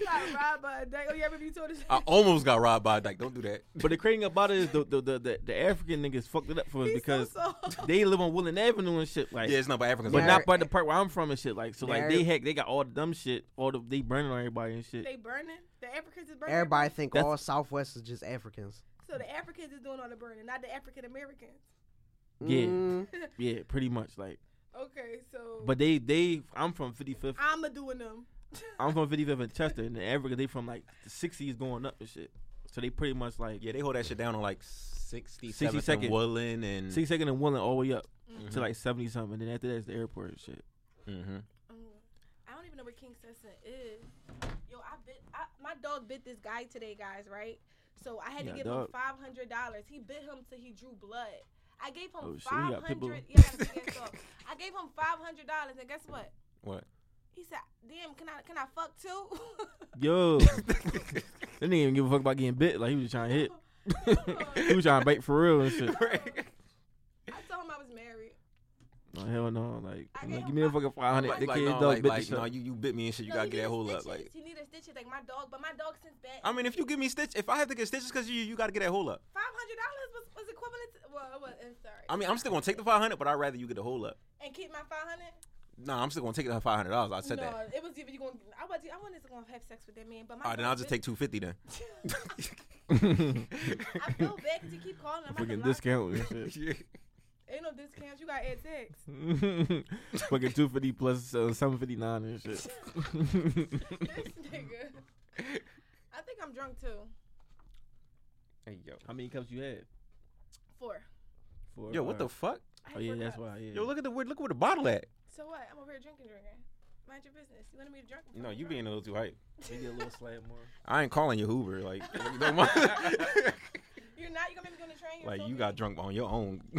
You got robbed by a dyke. Oh, you ever be told this? I almost got robbed by a dyke. Don't do that. but the crazy thing about it is the the, the the the African niggas fucked it up for us He's because so soft. they live on Willing Avenue and shit like. Yeah, it's not by Africans. but like not They're- by the part where I'm from and shit. Like, so like they they're- heck, they got all the dumb shit, all the they burning on everybody and shit. they burning. The Africans is burning. Everybody think That's- all Southwest is just Africans. So the Africans is doing all the burning, not the African Americans. Yeah. Mm, Yeah, pretty much like. Okay, so But they they I'm from 55th. I'ma doing them. I'm from 55th and Chester, and in Africa they from like the 60s going up and shit. So they pretty much like yeah, they hold that shit down on like sixty 60 second second. Woolen and 62nd and Willing all the way up Mhm. Mm-hmm. to like 70 something, and then after that's the airport and shit. Mhm. Oh, I don't even know where King Sesson is. Yo, I bit I, my dog bit this guy today, guys. Right? So I had Yeah, to give him dog. five hundred dollars. He bit him till he drew blood. I gave Oh, him shit, he five got pit bull. hundred. Yeah, I, gotta take that dog. I gave him five hundred dollars, and guess what? What? He said, "Damn, can I can I fuck too?" Yo, they didn't even give a fuck about getting bit. Like he was just trying to hit. he was trying to bite for real and shit. I told him I was married. Like, hell no, like, I like gave give me a him my- fucking five hundred. Like, The like, kid no, dog like, bit like, the shit. no, you, you bit me and shit. You No, gotta get needed that hole up. stitches. Like, he needed stitches like my dog, but my dog since back. I mean, if you give me stitch, if I have to get stitches because you, you gotta get that hole up. five hundred dollars was, was equivalent. To, well, it wasn't. Sorry. I mean, I'm still gonna take the five hundred, but I'd rather you get the hole up. and keep my five hundred. No, nah, I'm still gonna take the five hundred dollars. I said no, that. it was either you going. I was. I wanted to go and have sex with that man, but my. All right, then dog I'll just bit- take two fifty then. I feel bad 'cause you keep calling. I'm fucking fucking discount. discount and Ain't no discounts. You got to add tax. shit. fucking two fifty plus uh, seven fifty nine and shit. this nigga. I think I'm drunk too. Hey, yo. How many cups you had? Four. Four. Yo, what the alright. fuck? I Oh had yeah, four that's cups. why. Yeah. Yo, look at the where- look where the bottle at. So what? I'm over here drinking, drinking. Mind your business. You wanted me to drink? I'm No, fucking you drunk. being a little too hype. Maybe a little slab more. I ain't calling you Hoover. Like, don't mind. You're not. You're gonna make me go on the train. You're like so you big. got drunk on your own.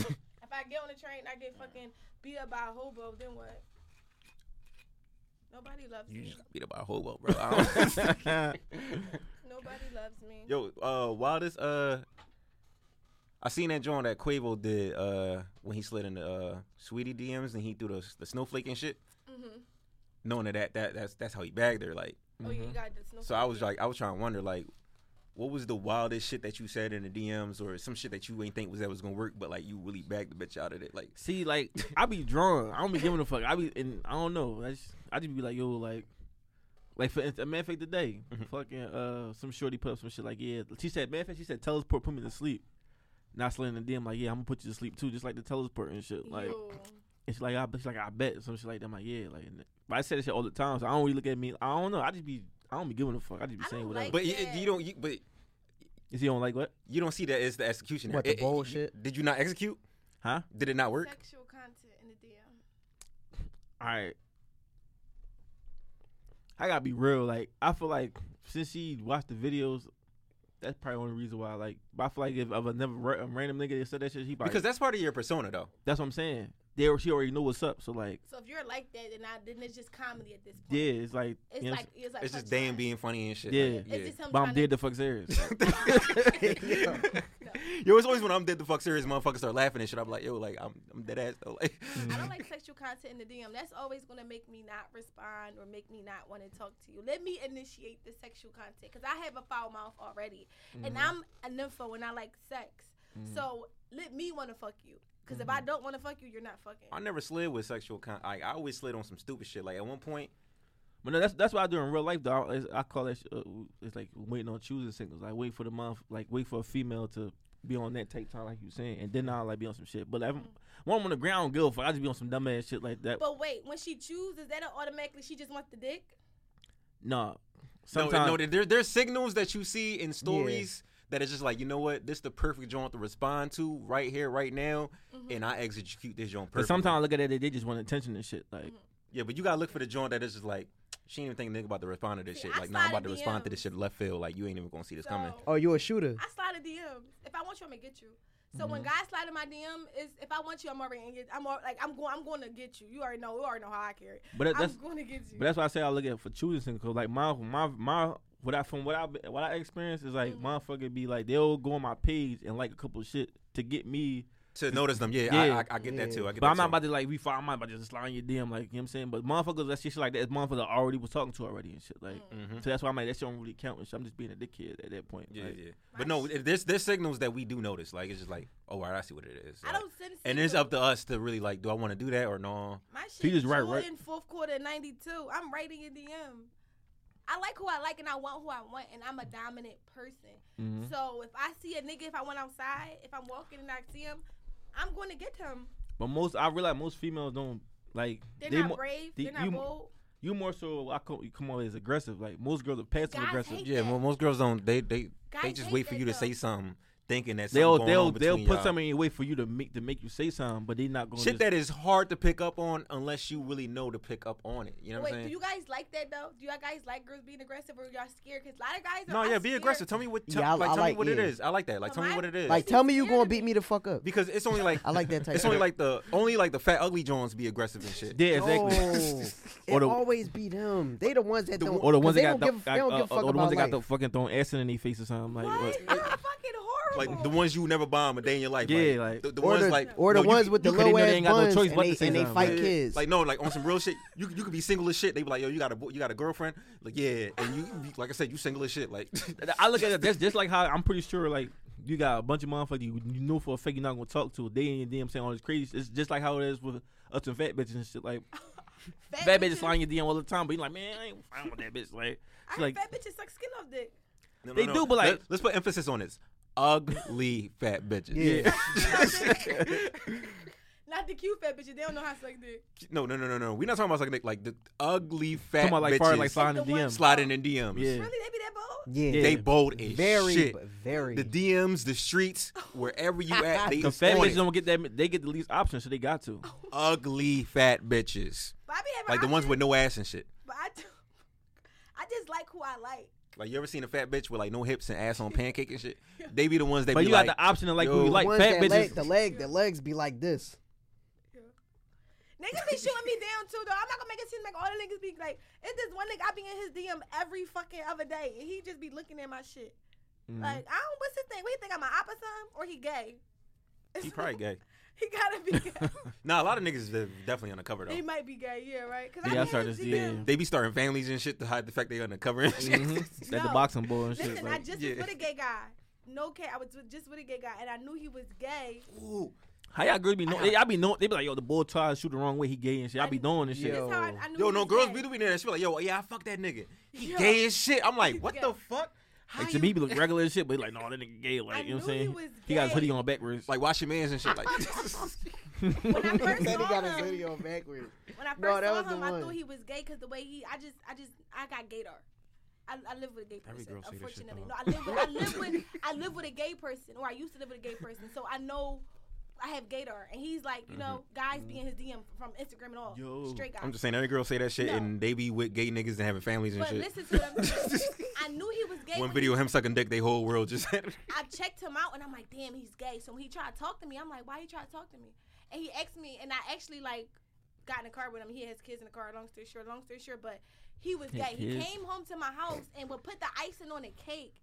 If I get on the train, and I get fucking beat up by a hobo. Then what? Nobody loves you me. just got beat up by a hobo, bro. I don't- Nobody loves me. Yo, uh, wildest. Uh, I seen that drawing that Quavo did uh when he slid in the uh, Sweetie DMs and he threw the, the snowflake and shit. Mhm. Knowing that, that that that's that's how he bagged her. Like, Oh yeah, you got this. No Mm-hmm. so I was like, I was trying to wonder like. What was the wildest shit that you said in the DMs or some shit that you ain't think was that was gonna work, but like you really bagged the bitch out of it? Like, See, like I be drawn. I don't be giving a fuck. I be and I don't know. I just I just be like, yo, like, like for instance, matter of fact, today, fucking uh, some shorty put up some shit like, yeah, she said, matter of fact, she said, teleport put me to sleep. Not slitting the DM like, yeah, I'm gonna put you to sleep too, just like the teleport and shit. Like, it's like I, it's like I bet some shit like that. I'm like, yeah, like, and- but I say that shit all the time, so I don't really look at me. I don't know. I just be, I don't be giving a fuck. I just be I saying don't whatever. like- but you, Yeah. you don't, you, but Is he on like what? you don't see that as the execution. What, the bullshit? Did you not execute? Huh? Did it not work? sexual content in the DM. all right. I gotta be real. Like I feel like since she watched the videos, that's probably one reason why. Like, but I feel like if, if another ra- a random nigga that said that shit, he probably Because that's part of your persona, though. that's what I'm saying. They al- she already know what's up, so like, So if you're like that, then I then it's just comedy at this point. yeah, it's like, It's you know what like I'm it's like It's just punchline. damn being funny and shit. Yeah. like, It's just him saying? but I'm trying dead to- to fuck serious. yo, it's always when I'm dead the fuck serious, motherfuckers start laughing and shit. I'm like, yo, like I'm, I'm dead ass though. Like, I don't like sexual content in the DM. That's always gonna make me not respond or make me not want to talk to you. Let me initiate the sexual content because I have a foul mouth already, Mm-hmm. and I'm a nympho and I like sex. So let me want to fuck you because if I Mm-hmm. don't want to fuck you, you're not fucking. I never slid with sexual con. Like, I always slid on some stupid shit. Like at one point, But no, that's that's what I do in real life though. I, it's- I call that sh- uh, it's like waiting on choosing singles. Like wait for the month, like wait for a female to be on that type time, like you saying, and then I'll like be on some shit. But like, if- when I'm on the ground, good. For I just be on some dumb ass shit like that. But wait, when she chooses, that don't automatically she just wants the dick. nah, no, sometimes no, there, there's signals that you see in stories that it's just like, you know what, this the perfect joint to respond to right here, right now, Mm-hmm. and I execute this joint. but Perfectly. sometimes I look at it, they just want attention and shit. Like Mm-hmm. yeah, but you gotta look for the joint that is just like. She ain't even think nigga about to respond to this See, shit. I Like, nah, I'm slide about to in um, respond to this DMs. shit left field. Like, you ain't even gonna see this So coming. Oh, you a shooter? I slide a DM. If I want you, I'm gonna get you. So Mm-hmm. when guys slide in my DM, is if I want you, I'm already gonna get. I'm al- like I'm going. I'm going to get you. You already know. You already know how I carry. But that- I'm that's- going to get you. But that's why I say I look at it for choosing singles. 'cause, like my my my what I from what I be- what I experienced is Mm-hmm. like motherfucker be like they'll go on my page and like a couple of shit to get me. To notice them, yeah, I, Yeah. I, I get that too. I get But that I'm not too. about to like refile. I'm not about to just slide on your DM like you know what I'm saying. But motherfuckers that shit, shit like that is motherfuckers I already was talking to already and shit like. Mm-hmm. So that's why I'm like that shit don't really count. And shit. I'm just being a dickhead at that point. Mm-hmm. Yeah, like, yeah. But no, it- there's there's signals that we do notice. Like it's just like, oh, all right, I see what it is. I Like, don't send. and it's up signals. to us to really like, do I want to do that or no? My shit. He just right, right- Jordan, Fourth quarter '92. I'm right in your DM. I like who I like and I want who I want and I'm a dominant person. Mhm. So if I see a nigga, if I went outside, if I'm walking and I see him, I'm going to get him. But most I realize most females don't like They're they not mo- brave. they- They're not you- bold. You more so I come, you come on as aggressive. Like most girls are passive Guys aggressive. hate Yeah, that. mo- most girls don't. They they they Guys just hate wait for that you to though. say something, thinking that They'll something going they'll on they'll between put y'all. something in your way for you to make to make you say something, but they're not going. to shit that is hard to pick up on unless you really know to pick up on it. You know what Wait, I'm do saying? you guys like that though? Do y'all guys like girls being aggressive or y'all scared? Because a lot of guys are. no, I'm yeah, be scared. aggressive. Tell me what. Tell, Yeah, I- like, I tell like- me what it yeah. is. I like that. Like, Well, tell me my- what it is. Like, tell me you Scared gonna of beat me. me the fuck up. because it's only like I like that type. it's only like the only like the fat ugly Johns be aggressive and shit. Yeah, exactly. No, Or Oh. it the- always be them. They the ones that don't. or the 'cause ones they that got don't the, give, they don't uh, give a or fuck the ones that about got the life. fucking throwing acid in their face or something. Like, What? I'm what? fucking horrible. Like the ones you never bomb a day in your life. Yeah, like- the, the Or ones the, like or the no, you ones could- with the you coulda low knew they ass ain't got no buns choice and but to they, say and they something. fight Yeah. kids. Like no, like on some real shit. You you could be single as shit. They be like, yo, you got a bo- you got a girlfriend. Like yeah, and you you- like I said, you single as shit. Like I look at it. That's just like how I'm pretty sure like you got a bunch of motherfuckers you, you know for a fact you're not gonna talk to. They in your DM saying all this crazy. shit. It's just like how it is with us and fat bitches and shit. Like fat, fat bitches lying your DM all the time, but you're like, man, I ain't fine with that bitch. Like, I it's heard like fat bitches suck skin off dick. No, no, They no. do, but, like- Let- let's put emphasis on this. Ugly fat bitches. yeah. Not the cute fat bitches. They don't know how to suck dick. No, no, no, no, no. We're not talking about like like the ugly fat talking about like bitches far like sliding Like the in ones- DMs. sliding in DMs. Yeah. Really, they be that bold? yeah, They Yeah. bold as very, shit. b- very. The DMs, the streets, wherever you at, they The is fat on bitches it. don't get that. They get the least option, so they got to. ugly fat bitches, But I be having like the ones options, with no ass and shit. But I, do, I just like who I like. Like you ever seen a fat bitch with like no hips and ass on pancake and shit? They be the ones that But be you like, got the option to like who yo, you The like. ones Fat that leg, bitches. the leg, the legs be like this. Niggas be shooting me down too, though. I'm not gonna make it seem like all the niggas be like. It's this one nigga I be in his DM every fucking other day, and he just be looking at my shit. Mm-hmm. Like I don't. What's his thing? What he think I'm an op or something, or he gay? he probably gay. He gotta be gay. Nah, a lot of niggas is definitely undercover though. he might be gay, yeah, right? Cause Yeah, I be started in to- his yeah, DM. They be starting families and shit to hide the fact they undercover and shit. Mhm. That's the No. boxing boy and shit. Listen, I like- just yeah. was with a gay guy. No care. I was with, just with a gay guy, and I knew he was gay. How y'all girls be know? Y'all be know. They be like, yo, the bull tied shoot the wrong way. He gay and shit. Y'all be I- knowing this shit. That's how I, I knew Yo, he no was girls gay. be doing that. and She be like, yo, yeah, I fuck that nigga. He Yeah. gay as shit. I'm like, He's what gay. the fuck? How Like to you- me, he look regular as shit, but he like, no, that nigga gay. Like, I you know what I'm knew he saying? was He got his gay. hoodie on backwards. like wash your mans and shit. Like, When I first Said he saw got his him- hoodie on backwards. When I first No, that saw was the him, I one. thought he was gay because the way he, I just, I just, I got gaydar. I, I live with a gay person. Every girl say that shit, unfortunately, dog. no, I live with, I live with, I live with a gay person, or I used to live with a gay person, so I know. I have Gator, and he's like, you know, guys be in his DM from Instagram and all. Yo. Straight guys. Mm-hmm. I'm just saying, every girl say that shit, No. and they be with gay niggas and having families and but shit. listen to them. I knew he was gay. One when video he- of him sucking dick, they whole world just. I checked him out and I'm like, damn, he's gay. So when he tried to talk to me, I'm like, why he tried to talk to me? And he asked me, and I actually like got in the car with him. He had his kids in the car. Long story short, long story short, but he was gay. He kids. came home to my house and would put the icing on the cake.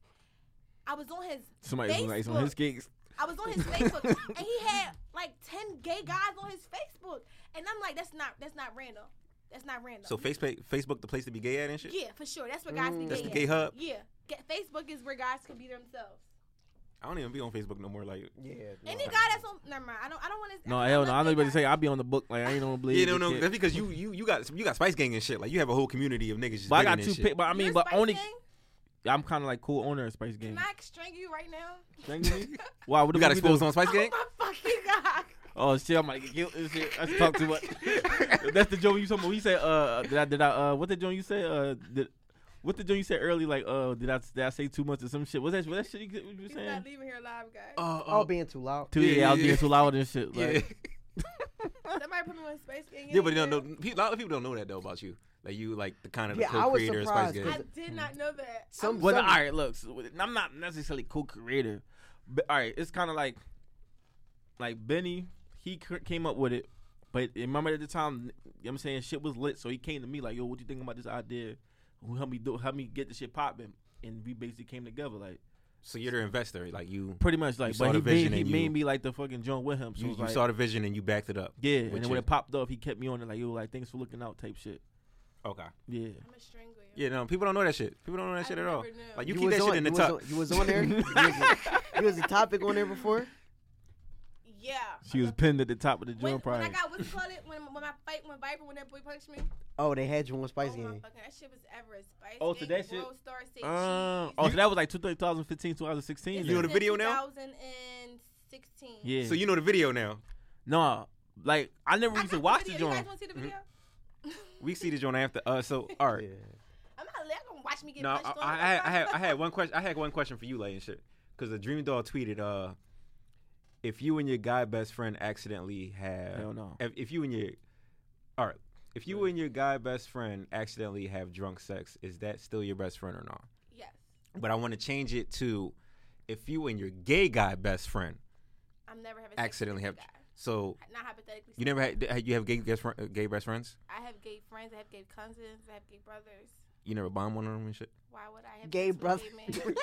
I was on his Somebody was nice on his Facebook. gigs. I was on his Facebook, and he had like ten gay guys on his Facebook, and I'm like, that's not that's not random. That's not random. so Facebook, Facebook, the place to be gay at and shit. yeah, for sure. That's where guys be That's the at. gay hub. Yeah, Ga- Facebook is where guys can be themselves. I don't even be on Facebook no more. Like, Yeah. Any guy that's on, never mind. I don't. I don't want to. No, hell no. I know you about to say I be on the book. Like I ain't on believe. yeah, no, this no, shit. that's because you, you, you got, you got Spice Gang and shit. Like, you have a whole community of niggas. Just But I digging got this two. shit. Pick, but I mean, but only I'm kind of like cool owner of Spice Gang. Can I string you right now? Wow, what You do got we do? exposed on Spice oh Gang. my fucking god! Oh shit, I'm like guilt and shit. I talk too much. That's the joke you talking about. You said, uh, did I, did I, uh, what the joke you said, uh, did, what the joke you said early? Like, uh, did I, did I say too much or some shit? Was that, was that shit you, you were He's not saying? leaving here alive, guys. Uh, All being too loud. Oh. Too, Yeah, yeah, I was yeah, being yeah. too loud and shit. yeah. Like, Somebody put me on space gang. yeah, but you no, no, pe- a lot of people don't know that though about you. Like, you like the kind of the Mm. Yeah, I was co-creator of Spice surprised, Gang. I did not know that. Some, Well, some all right, look, so I'm not necessarily co-creator, but all right, it's kind of like, like Benny, he cr- came up with it, but remember at the time, you know what I'm saying shit was lit, so he came to me like, yo, what you think about this idea? Who help me do? Help me get the shit popping, and we basically came together like So you're their investor. Like, you, pretty much like, saw but the he vision made, he and you- made me like the fucking joint with him, so you, it's you like, saw the vision and you backed it up. yeah, and with then when you. it popped up, he kept me on it like, yo, like thanks for looking out type shit, Okay. yeah. I'm a strangle you. Yeah, no, people don't know that shit. People don't know that I shit at all. never knew. Like, you, You keep was that on- shit in the you tuck. Was on, you was on there. you, was a, you was a topic on there before. Yeah. She was pinned at the top of the When, joint, when I probably. got what's it called it when when I fight when Viper when that boy punched me. Oh, they had you on Spice oh my Gang. fucking that shit was ever spice. Oh, so Gang, that shit- World Star said Um, cheese. oh, so that was like 2015, 2016. This then. You know was the in video now? 2016. Yeah. So you know the video now. no, like I never I used to got watch the the video. You joint. guys want to see the video? Mm-hmm. We see the joint after. Uh, so all right. I'm not let them watch me get No, I, punched on. I, I had I had I had one question. I had one question for you, Lay and shit. Because the Dream Doll tweeted, uh, if you and your guy best friend accidentally have, Hell no. if, if you and your, all right, if you and your guy best friend accidentally have drunk sex, is that still your best friend or not? Yes. But I want to change it to, if you and your gay guy best friend I'm never having sex with accidentally this have, guy. so Not hypothetically. you never had you have gay best friend, gay best friends. I have gay friends. I have gay cousins. I have gay brothers. You never bomb one of them and shit. Why would I have Gay sex brother- With a gay man?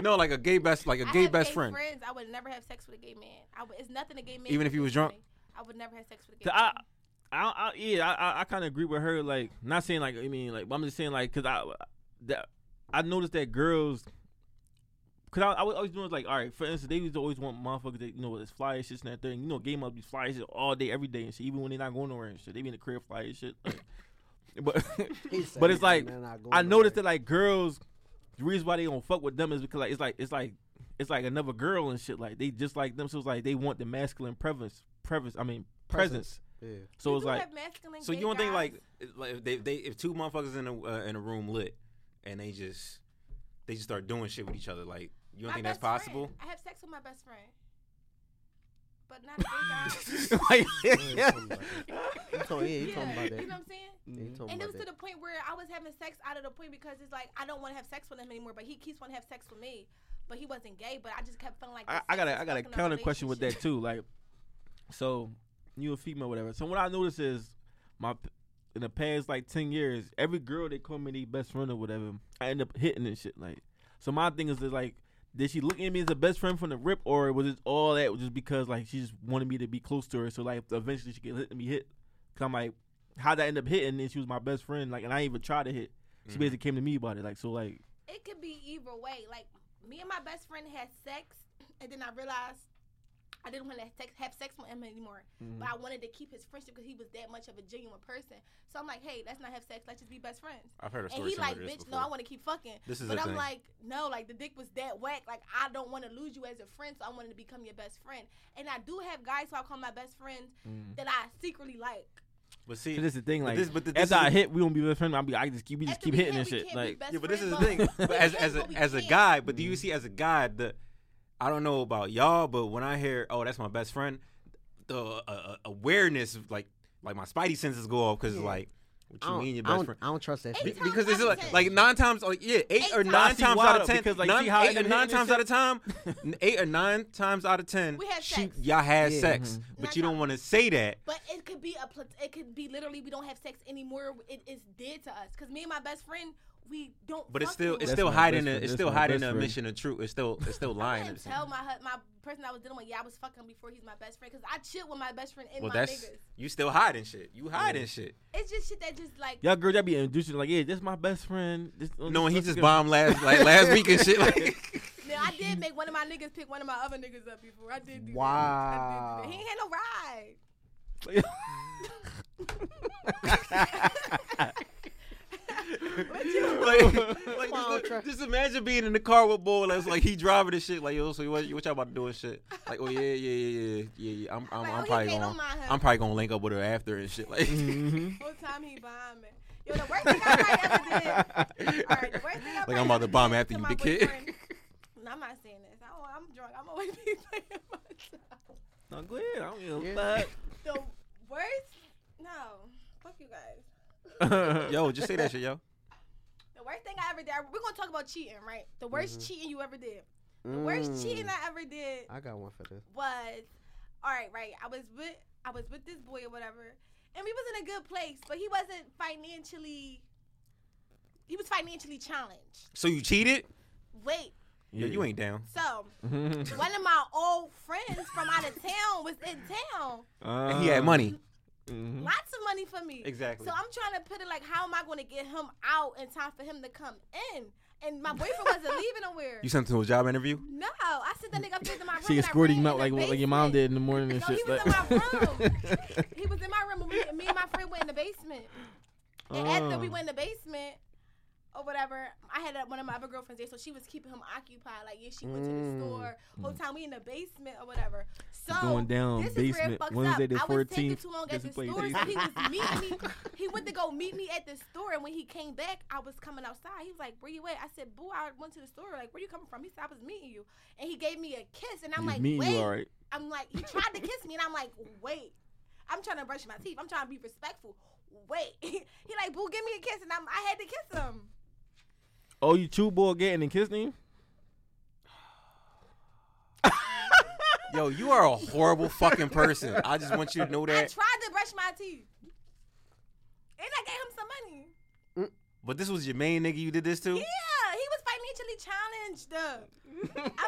No, like a gay best, like a I gay have best gay friend. Friends, I would never have sex with a gay man. I would, it's nothing a gay man. Even can if he do was for drunk? me. I would never have sex with a gay. So I, man. I, I, yeah, I, I, I kind of agree with her. Like, not saying like I mean, like but I'm just saying like because I, that, I noticed that girls, because I, I was always doing like, all right, for instance, they used to always want motherfuckers that you know it's fly as shit and that thing. You know, game up be fly as shit all day, every day and shit, even when they're not going nowhere and shit. They be in the crib fly as shit. but He said But it's it, like, and then go I over noticed there. that like girls, the reason why they don't fuck with them is because like it's like it's like it's like another girl and shit. Like they just like them, so it's like they want the masculine preference, preference. I mean presence. Yeah. So We it's do like have masculine So gay you don't think guys. like like if they, they if two motherfuckers in a uh, in a room lit and they just they just start doing shit with each other like you don't My think that's best possible? Friend. I have sex with my best friend, but not a gay guy. like, Yeah, you talking about that. You talking- yeah, you yeah, talking about that. You know what I'm saying? Yeah, you talking And it about was to that. the point where I was having sex out of the point because it's like I don't want to have sex with him anymore, but he keeps wanting to have sex with me. But he wasn't gay, but I just kept feeling like I, this I sex got is a I got a fucking our counter question with that relationship. too. Like, so you a female, whatever. So what I noticed is my p- in the past like ten years, every girl they call me their best friend or whatever, I end up hitting and shit. Like, so my thing is that like, did she look at me as a best friend from the rip, or was it all that was just because like she just wanted me to be close to her? So like eventually she get hit and be hit. Cause I'm like, how'd I end up hitting? And she was my best friend. Like, and I ain't even tried to hit. She Mm-hmm. basically came to me about it. Like, so like, It could be either way. Like me and my best friend had sex, and then I realized I didn't want to sex, have sex with him anymore. Mm-hmm. But I wanted to keep his friendship because he was that much of a genuine person. So I'm like, hey, let's not have sex. Let's just be best friends. I've heard a And story he similar like, to this bitch, no, before. I want to keep fucking. This is but the I'm thing. like, no, like the dick was that whack. Like I don't want to lose you as a friend, so I wanted to become your best friend. And I do have guys who I call my best friends that I secretly like. but see, So this is the thing, Mm. But like, this- but the- this after I is- hit, we won't be best friends. I'll be, I just keep, we just After keep we hitting hit, and we shit. can't be Like, best yeah, but this is friends, the thing. But we as can, as but a, we as a can't. guy, but do you see as a guy the I don't know about y'all, but when I hear oh that's my best friend, the uh, uh, awareness, of, like like my spidey senses go off because Yeah. like what I you don't, mean your I best don't- friend. I don't trust that Eight Be- shit. times because it's out of like, 10. like nine times, oh, yeah, eight, Eight or times. nine I see times why, out of though, ten, because, like, nine, she high eight or and nine hitting and times out of time, n- eight or nine times out of ten, We had she- sex. y'all had Yeah. sex, Mhm. but Nine you don't times. want to say that. But it could be a plat- it could be literally we don't have sex anymore. It is dead to us because me and my best friend we don't. But it's fuck still, it's anymore. That's still my hiding, best a, friend. it's That's still my hiding best the friend. admission of truth. It's still, it's still I lying. didn't tell my hu- my person I was dealing with, yeah, I was fucking before he's my best friend because I chill with my best friend and Well, my that's niggas. you still hiding shit. You hiding shit. It's just shit that just like Y'all girl, y'all be inducing like, yeah, this my best friend. This, oh, Knowing he this- just this- bombed last like last week and shit. Like, Now I did make one of my niggas pick one of my other niggas up before. I did. Do that. Wow. I did do that. He ain't had no ride. What you? like, like, Come on, just, Trey. look- just imagine being in the car with boy that's like he driving the shit like yo so what, what y'all about to do and shit like oh yeah yeah yeah yeah yeah, yeah. Um, I'm I'm, I'm probably Like, oh, he can't gonna don't mind her. I'm probably gonna link up with her after and shit like Mm-hmm. Whole time he bombing. Yo, the worst thing I probably ever did. All right, the worst thing like I probably I'm about to ever bomb did after to you my the kid boyfriend- No, I'm not saying this. I don't, I'm drunk. I'm always be playing myself. No, go ahead. I don't give Yeah. a The worst? No. Fuck you guys. fuck. yo just say that shit yo The worst thing I ever did. We're gonna talk about cheating, right? The worst cheating you ever did. The Mm. worst cheating I ever did I got one for this. was, all right, right. I was with I was with this boy or whatever, and we was in a good place, but he wasn't financially. He was financially challenged. so you cheated Wait, yeah. you ain't down so one of my old friends from out of town was in town. and he Uh. had money Mhm. Lots of money for me. exactly So I'm trying to put it like, how am I going to get him out in time for him to come in? And my boyfriend wasn't leaving nowhere. you sent him to a job interview No, I sent that nigga upstairs to my room. She and I escorted ran him in out the like what- like your mom basement. did in the morning and No, shit. he was like- in my room. he was in my room. and We, me and my friend went in the basement. And after we Oh. went in the basement or whatever, I had uh, one of my other girlfriends there, so she was keeping him occupied. Like, yeah, she went to Mm. the store. Whole time we in the basement or whatever. So going down this is where it Um, basement fucks Wednesday up. the I was taking 14th. too long at Guess the who played store, so Thursday? he was meeting me. He went to go meet me at the store, and when he came back, I was coming outside. He was like, "Where you at?" I said, "Boo, I went to the store. Like, where you coming from?" He said, "I was meeting you," and he gave me a kiss, and I'm He like, mean "Wait." you all right. I'm like, he tried to kiss me, and I'm like, wait. I'm trying to brush my teeth. I'm trying to be respectful. Wait. he like, boo, give me a kiss, and I'm, I had to kiss him. Oh, you chew boy getting and kissing him? yo you are a horrible fucking person I just want you to know I that tried to brush my teeth, and I gave him some money. but this was your main nigga you did this to Yeah, he was financially challenged. uh.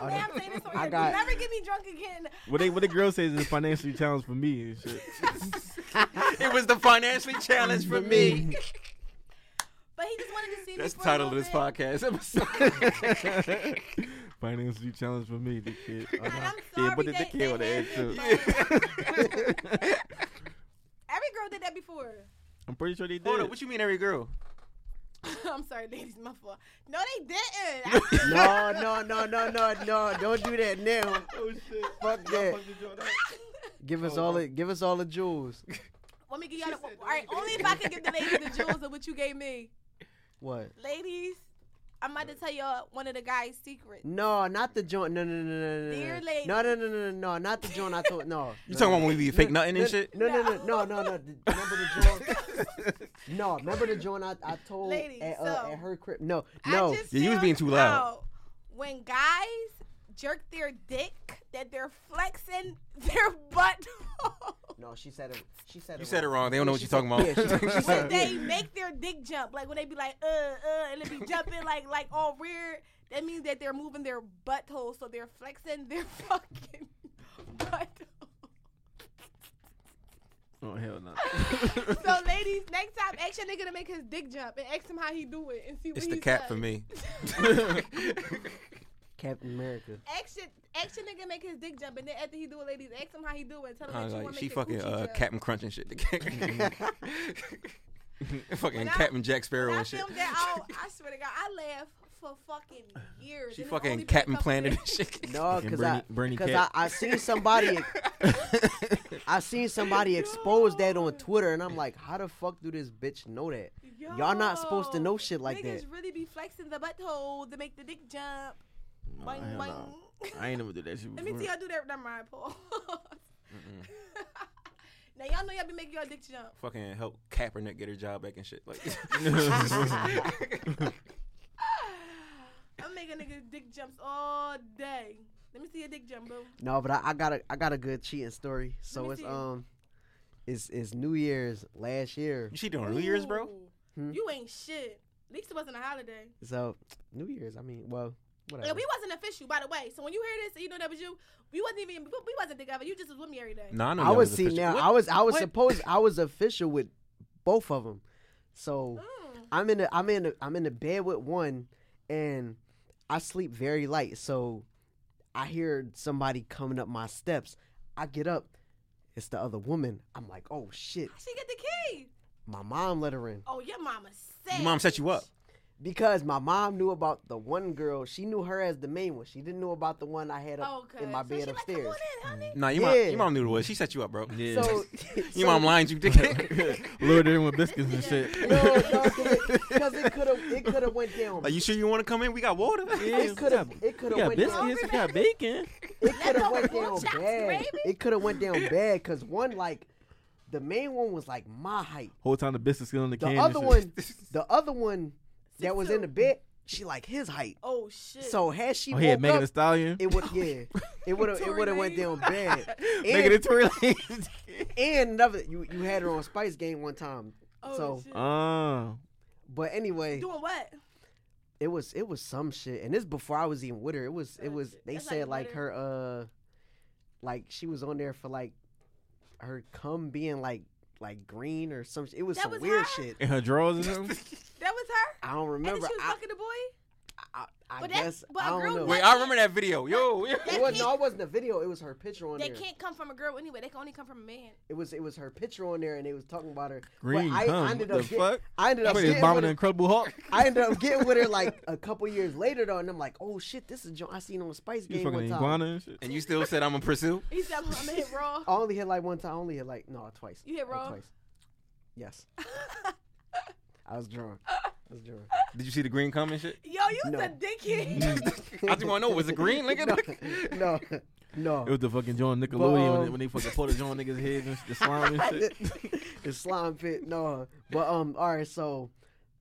I'm, damn saying this on I here. got- Never get me drunk again. What they what the girl says is financially challenged for me and shit. it was the financially challenge for Mm-hmm. me But he just wanted to see me. that's the for a title of little this bit. podcast episode. financially challenged for me, the kid. And I'm sorry yeah, but the, they, the they kid would have had had too. me, but Every girl did that before. I'm pretty sure they did. Hold up, what you mean every girl? I'm sorry, ladies, my fault. No, they didn't. I- No, no, no, no, no, no! Don't do that now. oh shit. Fuck that. Give us Oh, all no. the give us all the jewels. Let me give y'all. The, all right, only if I can give the ladies the jewels of what you gave me, What? ladies. I'm about to tell y'all one of the guys' secrets. No, not the joint. No, no, no, no, no, no. Dear lady. No, no, no, no, no, no, not the joint. I told no. You no, talking no. about when we be fake nothing and shit? No, no, no, no, no, no. the- Remember the joint? No, remember the joint I, I told Ladies, at, uh, so- at her crib. No, I no. just Yeah, you was being found too loud. out When guys jerk their dick, that they're flexing their butt. No, she said it. She said it. You said it wrong. They don't know what She you're talking said- about. yeah, she- she when said- they make their dick jump, like when they be like, uh, uh, and they be jumping like, like all weird. That means that they're moving their butthole, so they're flexing their fucking butthole. Oh hell no. so ladies, next time ask your nigga to make his dick jump and ask him how he do it and see what It's he the cat says. for me. Captain America. Ask your, ask your nigga make his dick jump and then after he do it, ladies, ask him how he do it. Tell him I that was you like, want to she make fucking your coochie uh, jump. Captain Crunch and shit. fucking When Mm-hmm. I- Captain Jack When Sparrow I and shit. filmed that out, I swear to God, I laughed for fucking years. She And it's only fucking been a Captain couple Planet and days. shit. No, Fucking because I Bernie- Bernie because I, Cat. I seen somebody I seen somebody expose that on Twitter, and I'm like, how the fuck do this bitch know that? Y'all not supposed to Yo, know shit like niggas that. really be flexing the butthole to make the dick jump. Oh, Boing, hell no. boing. I ain't never did that shit Let me before. see y'all do that. Never mind, Paul. Mm-mm. Now y'all know y'all be making y'all dick jump. Fucking help Kaepernick get her job back and shit. Like, I'm making niggas dick jumps all day. Let me see your dick jump, boo. No, but I, I got a I got a good cheating story. So me it's see it. um, it's it's New Year's last year. she doing New Year's, bro? Ooh. Hmm? You ain't shit. At least it wasn't a holiday. So New Year's, I mean, well, Yeah, whatever. we wasn't official, by the way. So when you hear this, and you know that was you. We wasn't even. We we wasn't together. You just was with me every day. No, I know. I y'all was see official. now. What? I was I was what? supposed I was official with both of them. So Mm. I'm in the I'm in the I'm in the bed with one, and I sleep very light. So I hear somebody coming up my steps. I get up. It's the other woman. I'm like, oh shit! She get the key. My mom let her in. Oh, your mama said. Your mom set you up. because my mom knew about the one girl. She knew her as the main one. She didn't know about the one I had up Okay. in my so bed she Like, upstairs. Come on in, honey. Nah, your mom, Yeah. your mom knew what it was. She set you up, bro. Yeah. So, Your mom lined you, dickhead. lured in with biscuits and No, shit. no, because it could have it could have went down. Like, you sure you want to come in? We got water. Yeah. it could have it could We have got went down. biscuits. We got bacon. It could have went pork down chops, bad. baby. It could have went down bad because one like the main one was like my height. Whole time the biscuits still in the, The can. other and one, shit. the other one that was in 6'2". the bed, she like his height. Oh shit. So had she Oh, woke he had Megan up, Thee Stallion. it would yeah, it would have it Tory would have went Lanez. down bad. Megan Thee Stallion. and another you you had her on Spice Game one time. Oh, so, um, shit. Oh. but anyway, doing what? it was it was some shit, and this before I was even with her. It was it Oh, was shit. they That's how you said like with her uh, like she was on there for like her cum being like like green or some. sh- It was That some was weird her? shit. In her drawers and something? That was her. I don't And then remember. she was I, fucking the boy. I, I But that- guess but a I don't girl know. was- Wait, I remember that video. Yo, yo. that it was can't- no, it wasn't a video. It was her picture on They there. can't come from a girl anyway. They can only come from a man. It was it was her picture on there, and they was talking about her. But Green. I, cum. I ended what up the get- fuck? I ended up Wait, is getting Mama with the her- Incredible Hulk? I ended up getting with her like a couple years later though, and I'm like, oh shit, this is John. I seen on Spice You Game fucking one time. iguana and shit. And you still said I'm going to pursue? He said, "I'm gonna hit raw." I only hit like one time. I only hit like no twice. You hit Like, raw? Oh, twice. Yes, I was drunk. I was drunk. Did you see the green cum and shit? Yo, you was No. a dickhead. I just want to know, was it green, nigga? no, no. It was the fucking John Nickelodeon when, they, um, when they fucking pulled the John niggas head and the slime and shit. the slime pit. No, but um, all right. So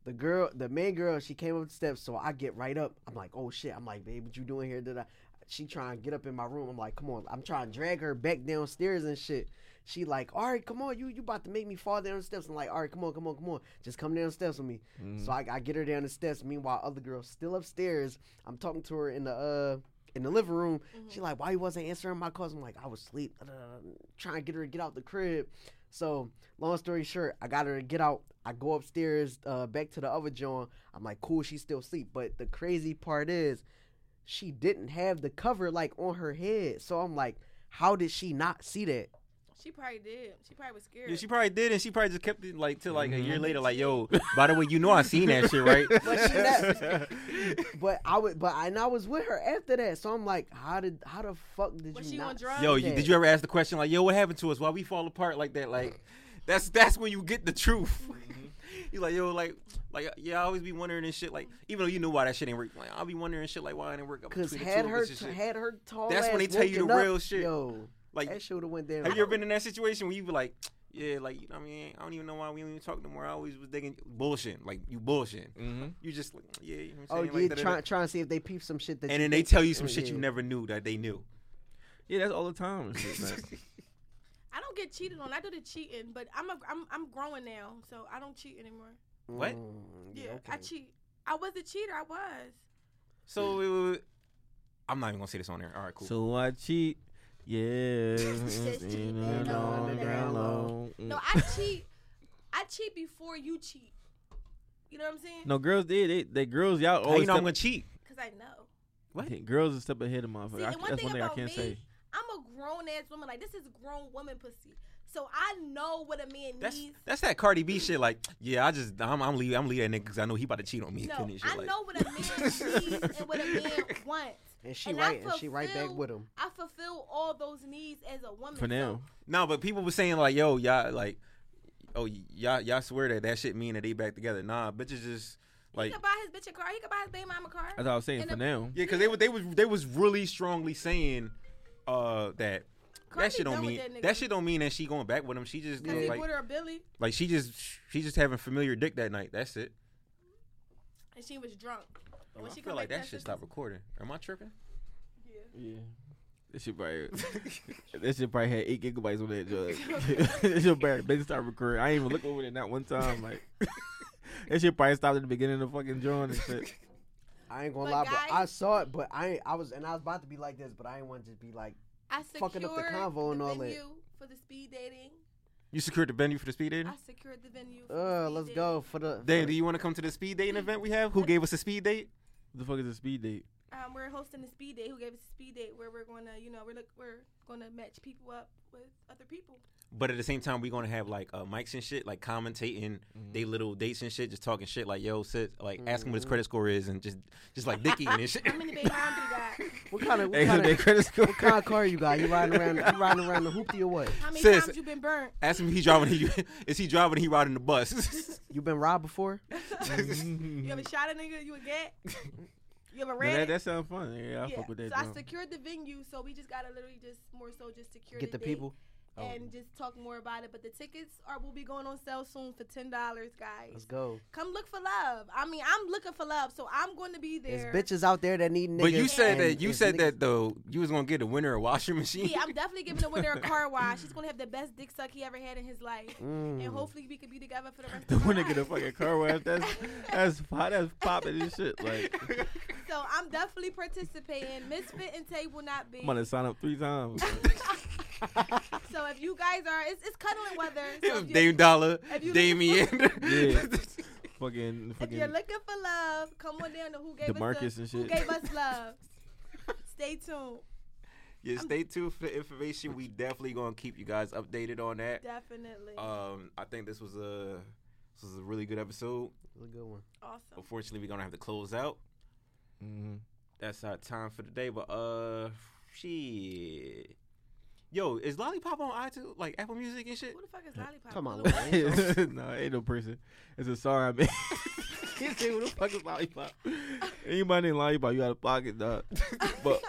the girl, the main girl, she came up the steps. So I get right up. I'm like, oh shit. I'm like, babe, what you doing here? Did I? She trying to get up in my room. I'm like, come on. I'm trying to drag her back downstairs and shit. She like, all right, come on. You you about to make me fall down the steps? I'm like, all right, come on, come on, come on. Just come down the steps with me. So I, I get her down the steps. Meanwhile, other girl's still upstairs. I'm talking to her in the uh in the living room. She like, why you wasn't answering my calls? I'm like, I was asleep. Trying to get her to get out the crib. So long story short, I got her to get out. I go upstairs, uh, back to the other John. I'm like, cool, she's still asleep. But the crazy part is, she didn't have the cover like on her head. So I'm like, how did she not see that? she probably did. She probably was scared. Yeah, she probably did, and she probably just kept it like till like a year later. Like, yo, by the way, you know I seen that shit, right? Mm-hmm. But she left. but I would, but I, and I was with her after that. So I'm like, how did, how the fuck did Was you she not on drugs? yo, see you, that? did you ever ask the question like, yo, what happened to us? Why we fall apart like that? Like, that's that's when you get the truth. Mm-hmm. You like yo, like, like yeah, I always be wondering and shit. Like, even though you knew why that shit ain't work, like I'll be wondering shit like why it didn't work. I'ma Cause tweet it had to her, bitch and t- shit. had her tall. That's when ass they tell you the woken up, real shit. Yo, Like, that should have went down. Have you ever been in that situation where you be like, yeah, like you know what I mean? I don't even know why we don't even talk no more. I always was thinking bullshit. Like you bullshit. Mm-hmm. You just like yeah, you know what Mm. Oh I'm saying? yeah, Like, da-da-da. trying trying to see if they peep some shit that. And then they tell you some Yeah, shit you yeah. never knew that they knew. Yeah, that's all the time. and shit, man. I don't get cheated on. I do the cheating, but I'm a, I'm I'm growing now, so I don't cheat anymore. What? Mm, Yeah, I cheat. I was a cheater. I was. So it was, I'm not even gonna say this on there. All right, cool. So I cheat. Yeah. Just you keep know, it on on the the ground ground low. Mm. No, I Mm. cheat. I cheat before you cheat. You know what I'm saying? No, girls did. They, they girls, y'all How always. you know I'm step- gonna cheat? Cause I know. I think girls are step ahead of motherfuckers. See, I- and one that's thing one thing I about can't me, say. I'm a grown ass woman. Like this is grown woman pussy. So I know what a man That's needs. that's that Cardi B shit. Like, yeah, I just I'm I'm leaving I'm leaving that nigga because I know he about to cheat on me. and No, finish it, I like- know what a man needs and what a man wants. And she And I right, and she right back fulfill- with him. I fulfill all those needs as a woman. For now. So No, but people were saying like, yo, y'all like, oh y- y'all y'all swear that that shit mean that they back together. Nah, bitches just he like. could buy his bitch a car. He could buy his baby mama a car. That's what I was saying. And For the- now. Yeah, because they was they was they was really strongly saying uh that Cardi that shit don't done with mean that nigga. that, shit don't mean that she going back with him. She just Cause he like put her a Billy like she just she just having familiar dick that night. That's it. and she was drunk. But I when she feel come like back that shit sentence- stopped recording. Am I tripping? Yeah. This shit probably that shit probably had eight gigabytes on that jug. that shit probably been start recording. I ain't even look over it not one time. Like that shit probably stopped at the beginning of the fucking drawing and shit. I ain't gonna But lie, but I guys- saw it, but I ain't, I was and I was about to be like this, but I ain't want to be like I fucking up the secured convo and the all that. Hmm? venue For the speed dating, You secured the venue for the speed dating? I secured the venue. for the Uh, speed let's dating. go for the. Dan, do you want to come to the speed dating event we have? Who gave us a speed date? What the fuck is a speed date? Um, we're hosting a speed date. Who gave us a speed date where we're gonna, you know, we're look, we're gonna match people up with other people. But at the same time, we're gonna have like uh, mics and shit, like commentating Mm-hmm. they little dates and shit, just talking shit, like yo, sis, like ask him what his credit score is, and just just like dicky and shit. How many baby moms you got? what kind of what Hey, who kind they of, credit score? what kind of car you got? You riding around? You riding around the hoopty or what? How many Sis. times you been burnt? ask him if he driving, he, is he driving? He riding the bus? You been robbed before? You ever shot a nigga? You a get? You ever Now ran? that, it? that sounds fun. Yeah, I yeah. fuck with that. so I joint. secured the venue, so we just gotta literally just more so just secure Get the date people. Oh. and just talk more about it. But the tickets are will be going on sale soon for ten dollars, guys. Let's go. Come look for love. I mean, I'm looking for love, so I'm going to be There's there. bitches out there that need niggas. but you said and that you it's said niggas- that though you was gonna get a winner a washing machine. Yeah, I'm definitely giving the winner a car wash. She's gonna have the best dick suck he ever had in his life, and Mm. hopefully we could be together for the rest The of our one that life. get a fucking car wash. That's that's pop, that's popping and shit. Like So I'm definitely participating. Misfit and Tay will not be. I'm gonna sign up three times. So if you guys are, it's, it's cuddling weather. It So was if you- Dame Dollar, if you- Damien. Yeah. fucking If fucking you're looking for love, come on down to who gave us DeMarcus the, and who shit. gave us love. Stay tuned, yeah, stay tuned for the information. We definitely gonna keep you guys updated on that. definitely. Uh, Um, I think this was a this was a really good episode. It was a good one. awesome. oh, Unfortunately, we're gonna have to close out. Mhm. That's our time for the day. But uh, shit. Yo, is Lollipop on iTunes, like Apple Music and shit? Who the fuck is Lollipop? Come on, Lil Lil Wayne? no, ain't no person. It's a song I made. you say who the fuck is lollipop? Anybody named lollipop, you out of pocket, dog. But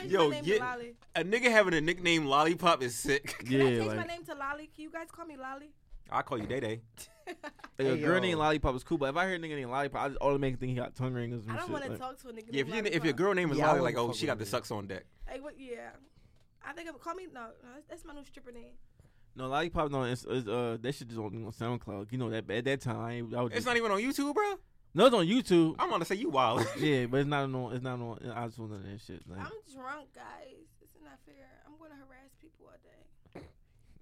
Change Yo, my name yeah. to Lolly. A nigga having a nickname Lollipop is sick. Can I yeah, change my like name to Lolly? Can you guys call me Lolly? I call you Day Day. like, a Hey, girl yo. named lollipop is cool. But if I hear a nigga named lollipop, I just automatically think he got tongue ring or some I don't shit. want to like, talk to a nigga. Yeah, if, named you, if your Lollipop. girl name is Yeah, I Lolly, like wouldn't oh fuck she with got the you. sucks on deck. Like what? Yeah, I think I'm call me. No, no, that's, that's my new stripper name. No, lollipop, no, it's, it's uh, that shit just on, on SoundCloud. You know that at that time, I, ain't- I was It's just, not even on YouTube, bro. no, it's on YouTube. I'm gonna say you wild. yeah, but it's not on. It's not on iTunes and that shit. Like, I'm drunk, guys. It's not fair. I'm gonna harass people all day.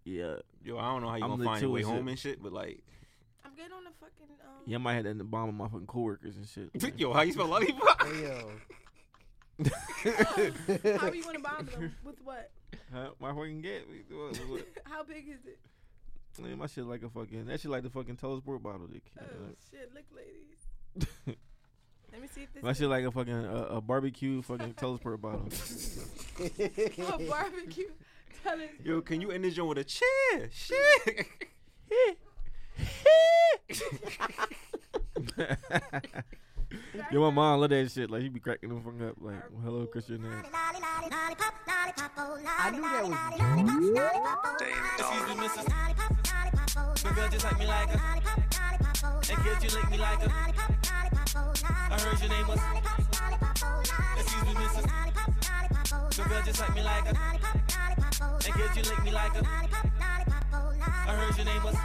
yeah, Yo, I don't know how you I'm gonna lit find your too way and home shit. and shit, but like, I'm getting on the fucking. Um, yeah, I might have that in the bomb of my fucking coworkers and shit. like. yo, how you spell Lollipop? Hey, yo. How are you gonna bomb them with what? Huh? My fucking get. What- what- How big is it? Man, my shit like a fucking. That shit like the fucking teleport bottle. Dick. Uh, Oh Uh-huh. shit! Look, ladies. Let me see if this. my is shit like a fucking uh, a barbecue fucking teleport bottle. a barbecue. Tell it. Yo, can you end this joint with a chair? Shit. Yo, my mom love that shit. Like she be cracking them fucking up. Like, hello, Christian. Name. I knew that was. Excuse me, missus. Your girl just like me like her. And could you lick me like her? I heard your name was. Excuse me, missus. Your girl just like me like her. And could you lick me like her? I heard your name was.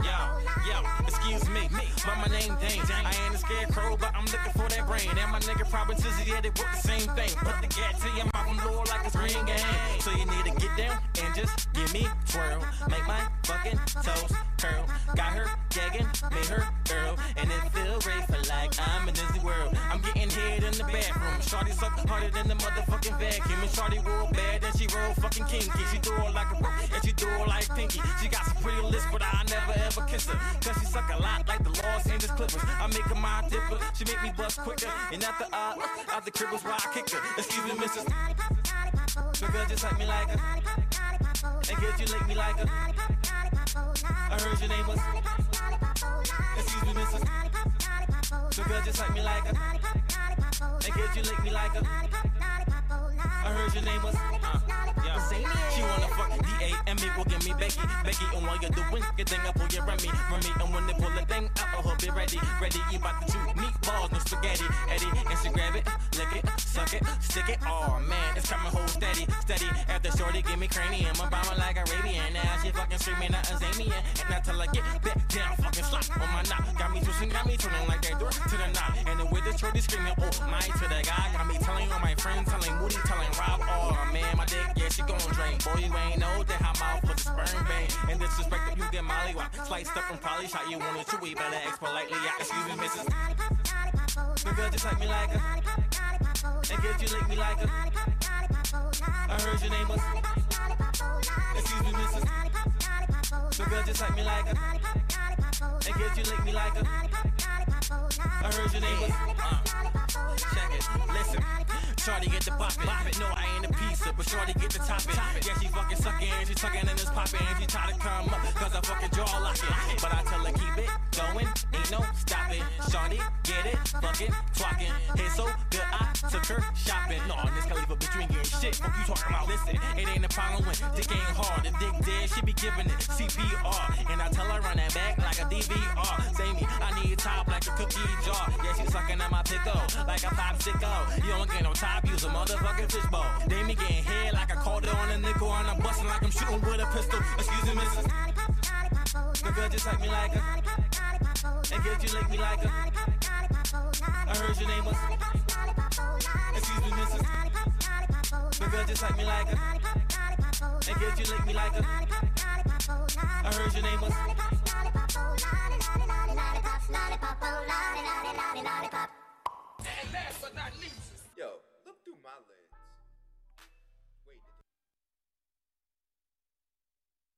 Yo, yo, yo, excuse me. My, my name Dane. I ain't a scarecrow, but I'm looking for that brain. And my nigga probability, yeah, they work the same thing. Put the gat to your mouth and blow it like it's ring gang. So you need to get down and just give me twirl. Make my fucking toes curl. Got her gagging, made her girl. And it feel great for like I'm in Disney World. I'm getting head in the bathroom. Shorty suck harder than the motherfucking vacuum. And Shorty real bad, then she real fucking kinky. She do it like a bro, and she do it like Pinky. She got some pretty lips, but I never ever kiss her. Cause she suck a lot like the Los Angeles Clippers. I make her my dipper, she make me bust quicker. And after I, after cripples, why I kick her. Excuse me, missus. Your girl just like me like her. And girl, you lick me like her. I heard your name was. Excuse me, missus. Your girl just like me like her. And girl, you lick me like her. I heard your name was. Uh, yeah. Say She wanna fuck the DA and me, well give me Becky, Becky, and while you're doing your thing, I pull your Remy, Remy, and when they pull the thing out, I hope it ready, ready, you about to shoot meatballs, no spaghetti, Eddie, and she grab it, lick it, suck it, stick it, oh man, it's coming hold steady, steady, after shorty give me cranium, I'm bombing like Arabian, now she fucking screaming out Azanian, and I tell her get back down, fucking slap on my knock, got me twisting, got me turning like that door to the knock, and the way the shorty screaming, oh my, to the guy, got me telling all my friends, telling Moody, telling Rob, oh man, my dick, yeah, she gon' drain. Boy, you ain't know that how mouth was a sperm vein. And disrespect that you get molly while sliced up and probably shot you wanted to eat. Better ask politely, yeah, excuse me, missus. The girl just like me like her. And girl, you lick me like her. I heard your name was. Excuse me, missus. The girl just like me like her. And girl, you lick me like her. I heard your name was. Uh, check it. Listen. Shorty get the poppin'. Pop it. No, I ain't a pizza, but Shorty get the toppin'. Yeah, she fucking suckin', and she suckin' and it's poppin'. And she try to come up, cause I fucking jaw lock it. But I tell her keep it goin', ain't no stoppin'. Shorty get it, fucking twackin'. Hey, so good, I took her shopping. No, this Khalifa bitch, you ain't getting shit. Fuck you talking about? Listen, it ain't a problem when dick ain't hard. If dick dead, she be giving it CPR. And I tell her run that back like a DVR. Say me, I need top like a cookie jar. Yeah, she suckin' at my pickle like a popsicle. You don't get no top, use a motherfucking fishbowl. They me getting head like I called it on a nickel, and I'm bustin' like I'm shooting with a pistol. Excuse me, missus. The girl just like me like her. And girl, you lick me like her. I heard your name was. Excuse me, missus. The girl just like me like her. And girl, you lick me like her. I heard your name was. Lollipop, lollipop, lollipop, lollipop, lollipop. And last but not least,